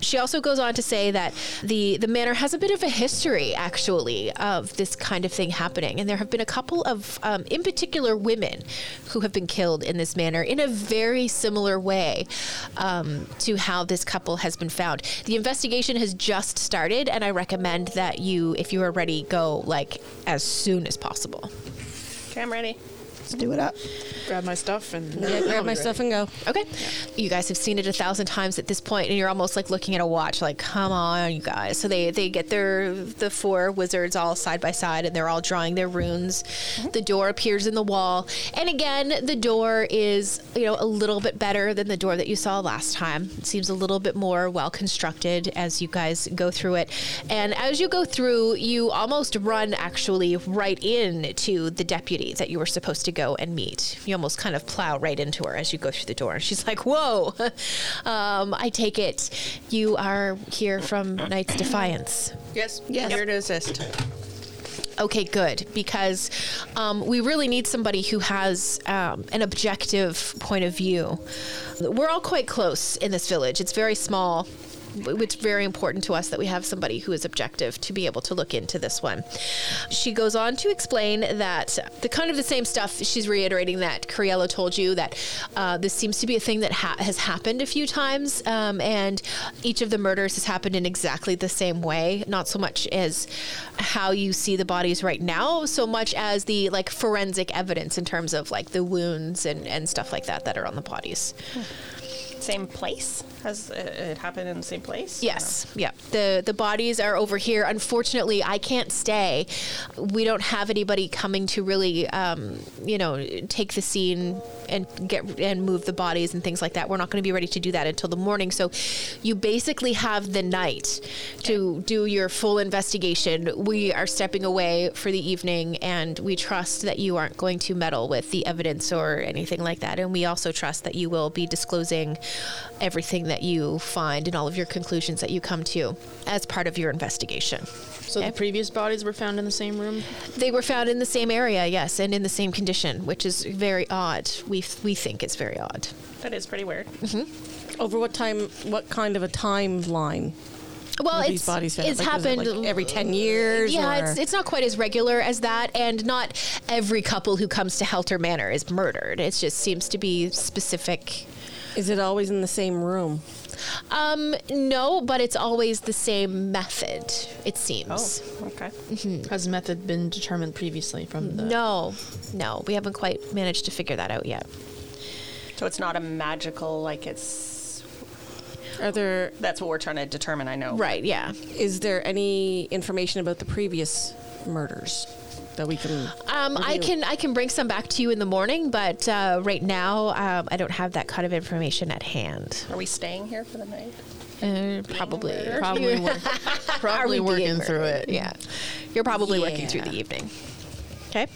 Speaker 2: She also goes on to say that the the manor has a bit of a history, actually, of this kind of thing happening, and there have been a couple of, um, in particular, women who have been killed in this manor in a very similar way um, to how this couple has been found. The investigation has just started, and I recommend that you, if you are ready, go like as soon as possible.
Speaker 1: Okay, I'm ready.
Speaker 5: Let's do it up.
Speaker 6: grab my stuff and
Speaker 2: *laughs*
Speaker 4: Yeah, grab my stuff and go.
Speaker 2: Okay. You guys have seen it a thousand times at this point, and you're almost like looking at a watch, like, come on, you guys. So they, they get their the four wizards all side by side, and they're all drawing their runes. The door appears in the wall, and again, the door is you know a little bit better than the door that you saw last time. It seems a little bit more well constructed as you guys go through it, and as you go through, you almost run actually right into the deputy that you were supposed to go and meet. You almost kind of plow right into her as you go through the door. She's like, "Whoa!" *laughs* um, I take it you are here from Knights Defiance.
Speaker 6: yes,
Speaker 4: Yes.
Speaker 6: here to assist.
Speaker 2: Okay, good. Because um, we really need somebody who has um, an objective point of view. We're all quite close in this village, it's very small. It's very important to us that we have somebody who is objective to be able to look into this one. She goes on to explain that the kind of the same stuff she's reiterating that Cariello told you that uh, this seems to be a thing that ha- has happened a few times, um, and each of the murders has happened in exactly the same way. Not so much as how you see the bodies right now, so much as the like forensic evidence in terms of like the wounds and and stuff like that that are on the bodies.
Speaker 1: Same place? Has it, it happened in the same place?
Speaker 2: Yes. Yeah. The the bodies are over here. Unfortunately, I can't stay. We don't have anybody coming to really, um, you know, take the scene and get and move the bodies and things like that. We're not going to be ready to do that until the morning. So, you basically have the night to do your full investigation. We are stepping away for the evening, and we trust that you aren't going to meddle with the evidence or anything like that. And we also trust that you will be disclosing everything that you find and all of your conclusions that you come to as part of your investigation.
Speaker 3: So the previous bodies were found in the same room.
Speaker 2: They were found in the same area, yes, and in the same condition, which is very odd. We we think it's very odd.
Speaker 1: That is pretty *laughs* weird.
Speaker 4: Over what time? What kind of a timeline?
Speaker 2: Well,
Speaker 4: were
Speaker 2: it's
Speaker 4: these bodies found?
Speaker 2: it's
Speaker 4: Like, was it,
Speaker 2: happened
Speaker 4: like, every 10 years,
Speaker 2: Yeah,
Speaker 4: or-
Speaker 2: it's it's not quite as regular as that, and not every couple who comes to Helter Manor is murdered. It just seems to be specific.
Speaker 4: Is it always in the same room?
Speaker 2: Um, no, but it's always the same method. It seems.
Speaker 1: Oh, Okay.
Speaker 3: Has method been determined previously from the?
Speaker 2: No, no, we haven't quite managed to figure that out yet.
Speaker 1: So it's not a magical, like it's.
Speaker 4: Are there?
Speaker 1: That's what we're trying to determine, I know.
Speaker 2: Right? Yeah.
Speaker 4: Is there any information about the previous murders that we can?
Speaker 2: Um, I
Speaker 4: review?
Speaker 2: can I can bring some back to you in the morning, but uh, right now um, I don't have that kind of information at hand.
Speaker 1: Are we staying here for the night?
Speaker 2: Uh, probably, *laughs*
Speaker 3: Probably, wor- probably
Speaker 2: Are we being
Speaker 3: working through
Speaker 2: murdered?
Speaker 3: it.
Speaker 2: Yeah, you're probably working through
Speaker 4: Yeah.
Speaker 2: the evening. Okay.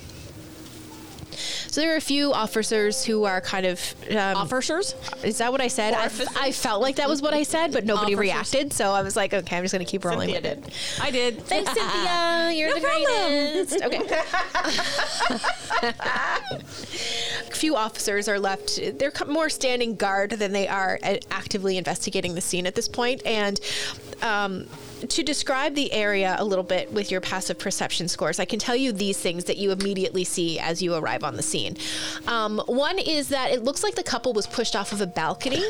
Speaker 2: So there are a few officers who are kind of um,
Speaker 4: Officers?
Speaker 2: Is that what I said? I, I felt like that was what I said, but nobody
Speaker 4: Officers.
Speaker 2: reacted. So I was like, okay, I'm just gonna keep rolling
Speaker 1: Cynthia
Speaker 2: with it.
Speaker 1: did.
Speaker 4: I
Speaker 2: *laughs*
Speaker 4: did.
Speaker 2: Thanks, *laughs* Cynthia. You're the greatest. Okay. *laughs* Few officers are left. They're co- more standing guard than they are a- actively investigating the scene at this point. And um, to describe the area a little bit with your passive perception scores, I can tell you these things that you immediately see as you arrive on the scene. Um, one is that it looks like the couple was pushed off of a balcony.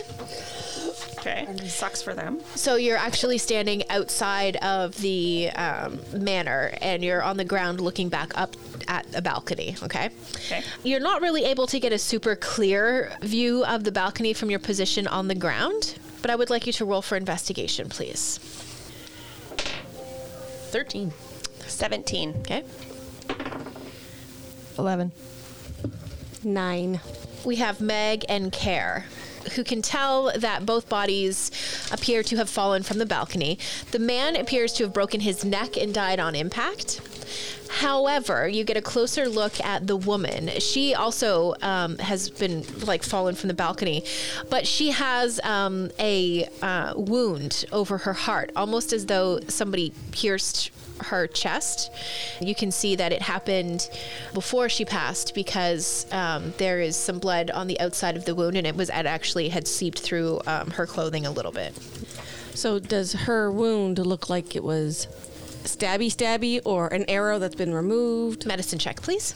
Speaker 1: Okay. Sucks for them.
Speaker 2: So you're actually standing outside of the um, manor, and you're on the ground looking back up at a balcony. Okay?
Speaker 1: Okay.
Speaker 2: You're not really able to get a super clear view of the balcony from your position on the ground, but I would like you to roll for investigation, please.
Speaker 3: Thirteen.
Speaker 1: 17.
Speaker 2: Okay.
Speaker 5: 11.
Speaker 4: Nine.
Speaker 2: we have Meg and Care, who can tell that both bodies appear to have fallen from the balcony. The man appears to have broken his neck and died on impact. However, you get a closer look at the woman. She also um, has been like fallen from the balcony, but she has um, a uh, wound over her heart, almost as though somebody pierced her chest. You can see that it happened before she passed because um, there is some blood on the outside of the wound, and it was it actually had seeped through um, her clothing a little bit.
Speaker 4: So does her wound look like it was stabby stabby or an arrow that's been removed?
Speaker 2: Medicine check, please.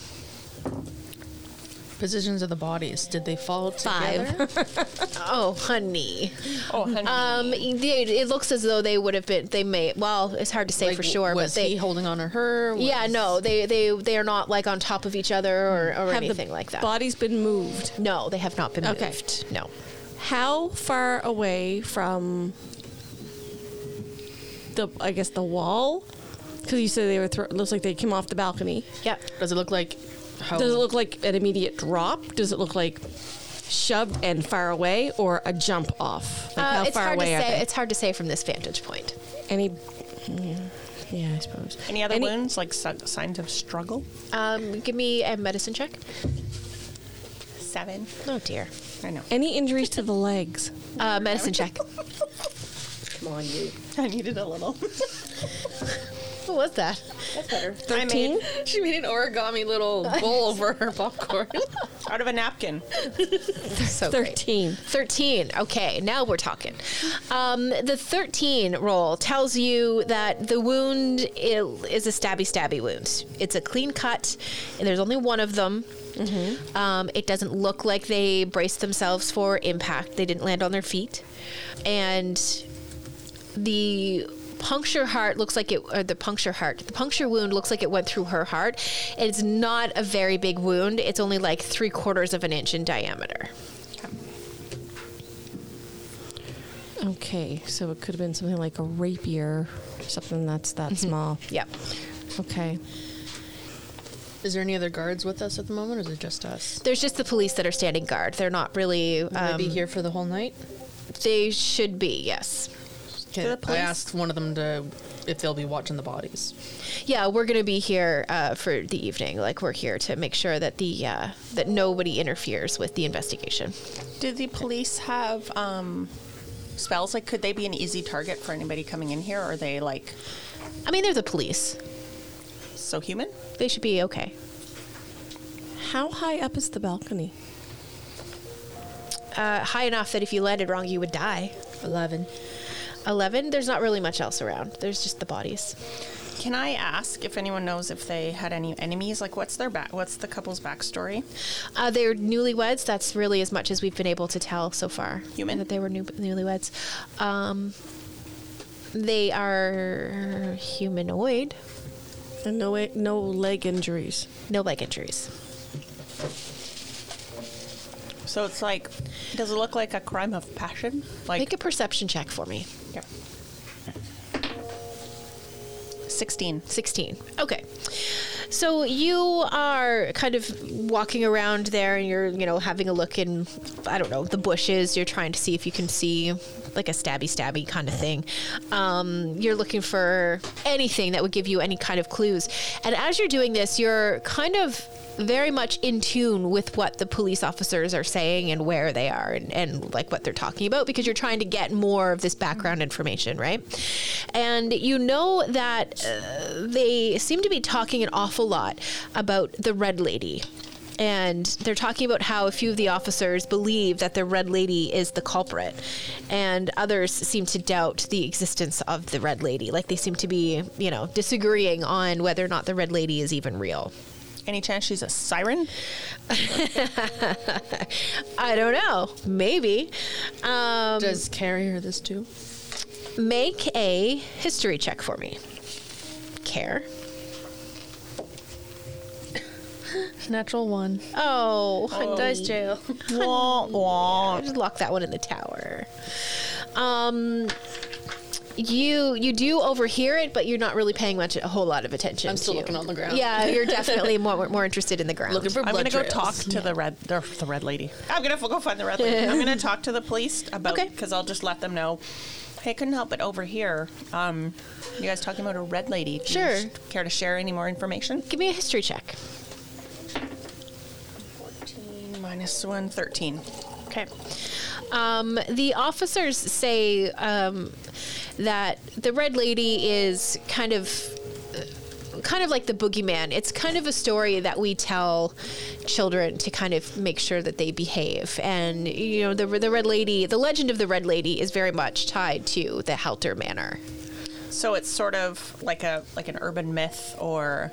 Speaker 3: Positions of the bodies. Did they fall together? *laughs*
Speaker 2: oh, honey.
Speaker 1: Oh, honey.
Speaker 2: Um, it, it looks as though they would have been. They may. Well, it's hard to say
Speaker 3: Like,
Speaker 2: for sure,
Speaker 3: Was
Speaker 2: but they.
Speaker 3: he holding on to her? Was-
Speaker 2: yeah, no, they they they are not like on top of each other or, or
Speaker 4: Have the
Speaker 2: anything like that.
Speaker 4: Body's been moved.
Speaker 2: no, they have not been
Speaker 4: Okay.
Speaker 2: moved. No.
Speaker 4: How far away from the I guess the wall? Because you said they were thro- looks like they came off the balcony.
Speaker 2: Yep.
Speaker 3: Does it look like? How
Speaker 4: Does it look like an immediate drop? Does it look like shoved and far away, or a jump off? Like
Speaker 2: Uh,
Speaker 4: how
Speaker 2: it's
Speaker 4: far
Speaker 2: hard
Speaker 4: away
Speaker 2: to
Speaker 4: are
Speaker 2: say.
Speaker 4: they?
Speaker 2: It's hard to say from this vantage point.
Speaker 4: Any? Yeah, yeah, I suppose.
Speaker 1: Any other wounds? Like su- signs of struggle?
Speaker 2: Um, give me a medicine check.
Speaker 1: Seven.
Speaker 2: Oh dear.
Speaker 1: I know.
Speaker 4: Any injuries to the legs?
Speaker 2: Uh, medicine
Speaker 4: *laughs*
Speaker 2: check.
Speaker 1: *laughs* I needed a little.
Speaker 2: What was that?
Speaker 1: *laughs* I made
Speaker 3: She made an origami
Speaker 4: *laughs*
Speaker 3: little bowl for her popcorn.
Speaker 1: out of a napkin.
Speaker 2: So great.
Speaker 4: 13.
Speaker 2: 13. Okay, now we're talking. Um, the 13 roll tells you that the wound i- is a stabby, stabby wound. It's a clean cut, and there's only one of them. Um, it doesn't look like they braced themselves for impact, they didn't land on their feet. And the puncture heart looks like it or the puncture heart the puncture wound looks like it went through her heart it's not a very big wound it's only like three quarters of an inch in diameter
Speaker 4: Okay, so it could have been something like a rapier, something that's that small.
Speaker 2: Yep.
Speaker 4: Okay.
Speaker 3: Is there any other guards with us at the moment, or is it just us?
Speaker 2: There's just the police that are standing guard. They're not really.
Speaker 3: Will they
Speaker 2: Um,
Speaker 3: be here for the whole night?
Speaker 2: they should be. Yes.
Speaker 3: Can, I
Speaker 1: police-
Speaker 3: asked one of them to if they'll be watching the bodies.
Speaker 2: Yeah, we're gonna be here uh, for the evening. Like we're here to make sure that the uh, that nobody interferes with the investigation.
Speaker 1: Did the police have um, spells? Like, could they be an easy target for anybody coming in here? Or are they like
Speaker 2: I mean, they're the police.
Speaker 1: so human?
Speaker 2: They should be okay.
Speaker 4: How high up is the balcony?
Speaker 2: Uh, high enough that if you landed wrong, you would die.
Speaker 3: Eleven.
Speaker 2: Eleven. There's not really much else around. There's just the bodies.
Speaker 1: Can I ask if anyone knows if they had any enemies? Like, what's their back? What's the couple's backstory?
Speaker 2: Uh, they're newlyweds. That's really as much as we've been able to tell so far.
Speaker 1: Human?
Speaker 2: That they were new, newlyweds. Um, they are humanoid.
Speaker 4: And no, way, no leg injuries.
Speaker 2: No leg injuries.
Speaker 1: So it's like, does it look like a crime of passion? Like,
Speaker 2: Make a perception check for me.
Speaker 1: yeah. sixteen.
Speaker 2: 16. Okay. So you are kind of walking around there and you're, you know, having a look in, I don't know, the bushes. You're trying to see if you can see like a stabby stabby kind of thing. Um, you're looking for anything that would give you any kind of clues. And as you're doing this, you're kind of very much in tune with what the police officers are saying and where they are and, and like what they're talking about because you're trying to get more of this background information, right? And you know that uh, they seem to be talking an awful lot about the Red Lady. And they're talking about how a few of the officers believe that the Red Lady is the culprit, and others seem to doubt the existence of the Red Lady. Like they seem to be, you know, disagreeing on whether or not the Red Lady is even real.
Speaker 1: Any chance she's a siren?
Speaker 2: I don't know. Maybe. Um,
Speaker 3: Does Carrie hear this too?
Speaker 2: make a history check for me. Care.
Speaker 3: Natural one.
Speaker 2: Oh,
Speaker 3: Dice jail.
Speaker 1: Wah, wah.
Speaker 2: I'll just lock that one in the tower. Um, you you do overhear it, but you're not really paying much a whole lot of attention.
Speaker 3: I'm still
Speaker 2: to-
Speaker 3: looking on the ground.
Speaker 2: Yeah,
Speaker 3: *laughs*
Speaker 2: you're definitely more more interested in the ground.
Speaker 3: Looking for
Speaker 1: I'm
Speaker 3: blood
Speaker 1: gonna go
Speaker 3: trails.
Speaker 1: talk to the red the, the red lady. I'm gonna f- go find the red lady. *laughs* I'm gonna talk to the police about
Speaker 2: Okay.
Speaker 1: because I'll just let them know. Hey, couldn't help but over here. Um, you guys talking about a red lady? Do
Speaker 2: Sure.
Speaker 1: You sh- care to share any more information?
Speaker 2: Give me a history check.
Speaker 1: Minus one thirteen.
Speaker 2: Okay. Um, the officers say um, that the Red Lady is kind of. Kind of like the boogeyman. It's kind of a story that we tell children to kind of make sure that they behave. And, you know, the, the Red Lady, the legend of the Red Lady is very much tied to the Halter Manor.
Speaker 1: So it's sort of like a like an urban myth or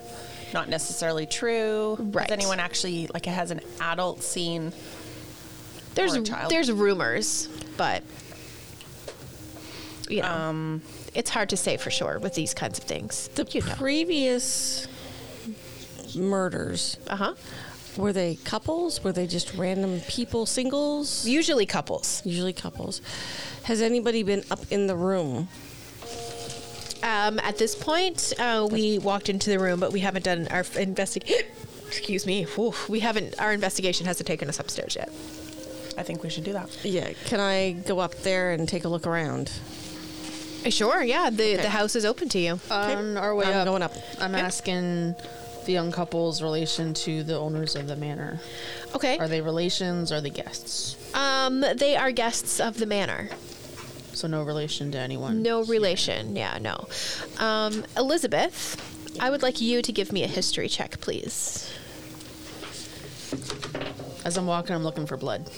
Speaker 1: not necessarily true.
Speaker 2: Right.
Speaker 1: Has anyone actually like it has an adult scene?
Speaker 2: There's
Speaker 1: Or a child.
Speaker 2: there's rumors, but, you know, it's hard to say for sure with these kinds of things.
Speaker 4: The previous murders,
Speaker 2: Uh huh.
Speaker 4: were they couples? Were they just random people, singles?
Speaker 2: Usually couples.
Speaker 4: Usually couples. Has anybody been up in the room?
Speaker 2: Um, at this point, uh, we walked into the room, but we haven't done our investigation. *laughs* Excuse me. Whew. we haven't. Our investigation hasn't taken us upstairs yet.
Speaker 1: I think we should do that.
Speaker 4: Yeah, can I go up there and take a look around?
Speaker 2: Uh, Sure. Yeah. The the house is open to you.
Speaker 3: On our way
Speaker 4: I'm
Speaker 3: up,
Speaker 4: going up.
Speaker 3: I'm asking the young couple's relation to the owners of the manor.
Speaker 2: Okay.
Speaker 3: Are they relations? Are they guests?
Speaker 2: um, they are guests of the manor.
Speaker 3: So no relation to anyone.
Speaker 2: No relation. Yeah. No. Um, Elizabeth I would like you to give me a history check, please.
Speaker 3: As I'm walking, I'm looking for blood.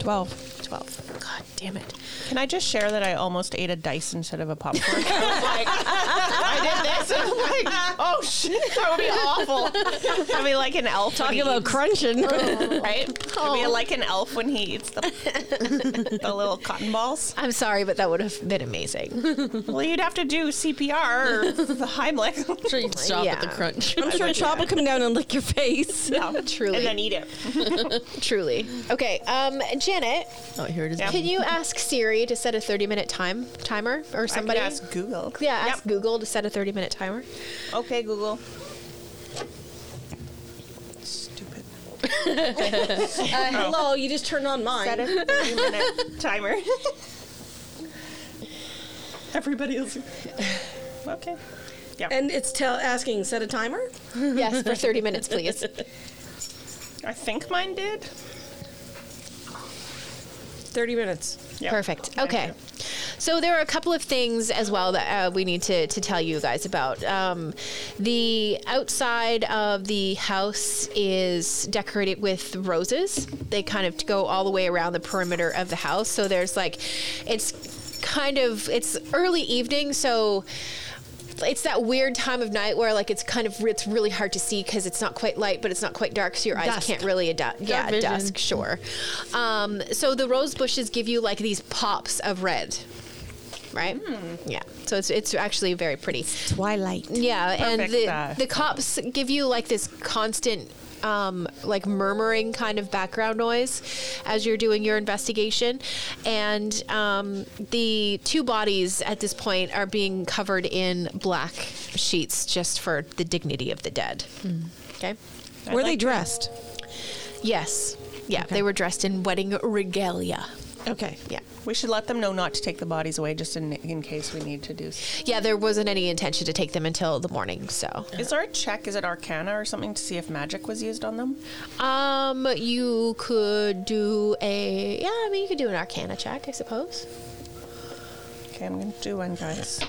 Speaker 5: 12.
Speaker 2: 12. God damn it.
Speaker 1: Can I just share that I almost ate a dice instead of a popcorn? I was like, I did this. And I'm like, oh shit, that would be awful. I'd be like an elf.
Speaker 4: Talking
Speaker 1: when he
Speaker 4: about *laughs* crunching.
Speaker 1: eats, right? I'd be like an elf when he eats the, the little cotton balls.
Speaker 2: I'm sorry, but that would have been
Speaker 1: *laughs*
Speaker 2: amazing.
Speaker 1: Well, you'd have to do CPR or the Heimlich.
Speaker 3: sure you can stop at the
Speaker 2: Yeah.
Speaker 3: crunch.
Speaker 4: I'm sure Chop will come down and lick your face.
Speaker 2: *laughs* Truly.
Speaker 1: And then eat it.
Speaker 2: Truly. Okay, um, Janet,
Speaker 3: *laughs* oh, here it is.
Speaker 1: Yeah.
Speaker 2: can you ask Siri to set a 30 minute time timer or somebody?
Speaker 1: I could ask Google.
Speaker 2: yeah,
Speaker 1: Yep.
Speaker 2: ask Google to set a 30 minute
Speaker 1: *laughs*
Speaker 2: timer.
Speaker 1: Okay, Google. Stupid.
Speaker 4: Uh, *laughs* hello, you just turned on mine.
Speaker 1: Set a 30 minute timer. Everybody else. Okay. Yeah.
Speaker 4: and it's tell asking, set a timer?
Speaker 2: yes, for 30 minutes,
Speaker 1: *laughs*
Speaker 2: please.
Speaker 1: I think mine did.
Speaker 4: 30 minutes.
Speaker 1: Yeah.
Speaker 2: Perfect.
Speaker 1: Thank
Speaker 2: Okay.
Speaker 1: you.
Speaker 2: So there are a couple of things as well that uh, we need to, to tell you guys about. Um, the outside of the house is decorated with roses. They kind of go all the way around the perimeter of the house. So there's like, it's kind of it's early evening, so it's that weird time of night where like it's kind of it's really hard to see because it's not quite light but it's not quite dark so your eyes
Speaker 3: Dusk.
Speaker 2: can't really adapt yeah
Speaker 3: vision.
Speaker 2: dusk sure um, so the rose bushes give you like these pops of red right yeah so it's it's actually very pretty
Speaker 4: Hmm. Twilight.
Speaker 2: yeah
Speaker 1: Perfect, uh,
Speaker 2: and the, the cops give you like this constant um, like murmuring kind of background noise as you're doing your investigation and um, the two bodies at this point are being covered in black sheets just for the dignity of the dead
Speaker 4: Hmm.
Speaker 2: okay
Speaker 4: Were they dressed?
Speaker 2: yes yeah they were dressed in wedding regalia
Speaker 4: Okay.
Speaker 2: yeah
Speaker 1: We should let them know not to take the bodies away just in, in case we need to do. s-
Speaker 2: yeah there wasn't any intention to take them until the morning so
Speaker 1: Is there a check? Is it Arcana or something to see if magic was used on them?
Speaker 2: Um, you could do a yeah. I mean, you could do an Arcana check, I suppose.
Speaker 1: Okay, I'm going to do one, guys.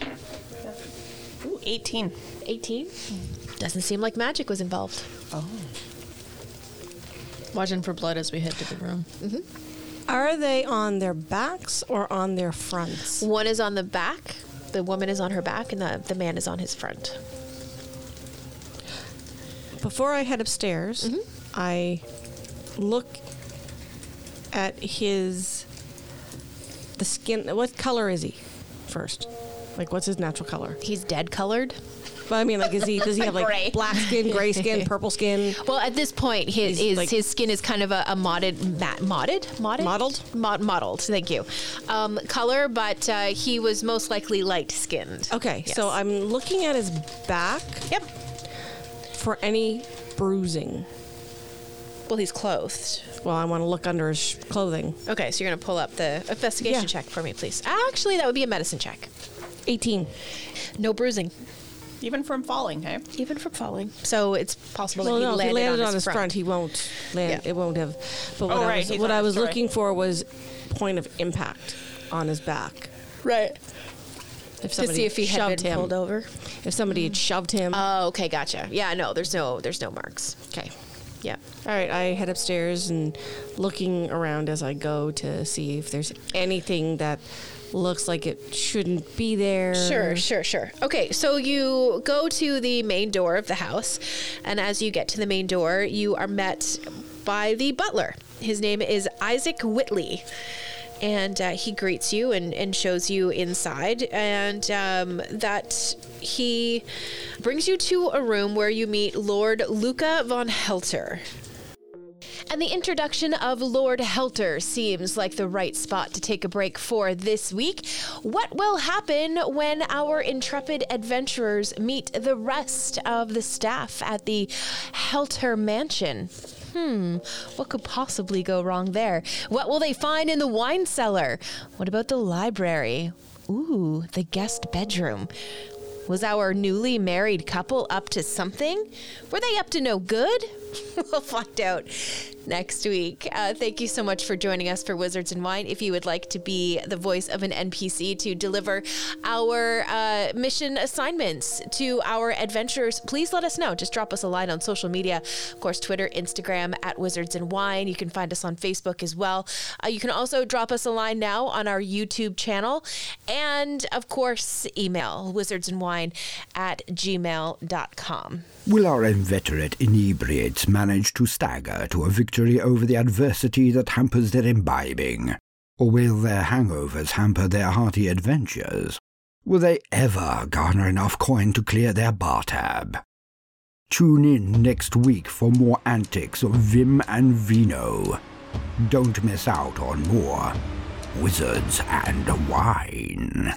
Speaker 1: Ooh, 18.
Speaker 2: Eighteen doesn't seem like magic was involved.
Speaker 3: Watching for blood as we head to the room.
Speaker 4: Are they on their backs or on their fronts?
Speaker 2: One is on the back. The woman is on her back, and the the man is on his front.
Speaker 4: Before I head upstairs, I look at his the skin. What color is he? First, like what's his natural color?
Speaker 2: He's dead colored.
Speaker 4: But I mean, like, is he does he have like
Speaker 1: Gray.
Speaker 4: black skin, gray skin, purple skin?
Speaker 2: Well, at this point, his
Speaker 4: He's
Speaker 2: his,
Speaker 4: like-
Speaker 2: his skin is kind of a, a modded, mat, modded, modded,
Speaker 4: Mottled?
Speaker 2: Mod, modeled. Thank you. Um, color, but uh, he was most likely light skinned.
Speaker 4: Okay, so I'm looking at his back
Speaker 2: Yep.
Speaker 4: for any bruising.
Speaker 2: Well, he's clothed.
Speaker 4: Well, I want to look under his sh- clothing.
Speaker 2: Okay, so you're gonna pull up the investigation
Speaker 4: Yeah.
Speaker 2: check for me, please. Actually, that would be a medicine check.
Speaker 4: 18.
Speaker 2: No bruising,
Speaker 1: Even from falling, hey?
Speaker 2: even from falling. So it's possible
Speaker 4: Well,
Speaker 2: that he,
Speaker 4: no, if
Speaker 2: landed
Speaker 4: he landed
Speaker 2: on, his front.
Speaker 4: He won't land.
Speaker 2: Yeah.
Speaker 4: It won't have. But what
Speaker 1: Oh,
Speaker 4: I
Speaker 1: right,
Speaker 4: was,
Speaker 1: he's
Speaker 4: what
Speaker 1: on
Speaker 4: I
Speaker 1: his
Speaker 4: was
Speaker 1: story.
Speaker 4: looking for was point of impact on his back.
Speaker 2: Right.
Speaker 4: If
Speaker 2: To
Speaker 4: somebody
Speaker 2: see if he had
Speaker 4: shoved
Speaker 2: been
Speaker 4: him,
Speaker 2: pulled over.
Speaker 4: if somebody had shoved him.
Speaker 2: Oh, okay, gotcha. Yeah, no, there's no, there's no marks.
Speaker 4: okay.
Speaker 2: Yeah.
Speaker 4: All right. I head upstairs and looking around as I go to see if there's anything that looks like it shouldn't be there.
Speaker 2: Sure, sure, sure. Okay, so you go to the main door of the house, and as you get to the main door, you are met by the butler. His name is Isaac Whitley. And uh, he greets you and, and shows you inside, and um, that he brings you to a room where you meet Lord Luca von Helter. And the introduction of Lord Helter seems like the right spot to take a break for this week. What will happen when our intrepid adventurers meet the rest of the staff at the Helter Mansion? Hmm, what could possibly go wrong there? What will they find in the wine cellar? What about the library? Ooh, the guest bedroom. Was our newly married couple up to something? Were they up to no good? *laughs* we'll find out next week. Uh, thank you so much for joining us for Wizards and Wine. If you would like to be the voice of an NPC to deliver our uh, mission assignments to our adventurers, please let us know. Just drop us a line on social media. Of course, Twitter, Instagram at Wizards and Wine. You can find us on Facebook as well. Uh, you can also drop us a line now on our YouTube channel. And of course, email wizardsandwine at gmail.com.
Speaker 6: Will our inveterate inebriates manage to stagger to a victory over the adversity that hampers their imbibing? Or will their hangovers hamper their hearty adventures? Will they ever garner enough coin to clear their bar tab? Tune in next week for more antics of Vim and Vino. Don't miss out on more Wizards and Wine.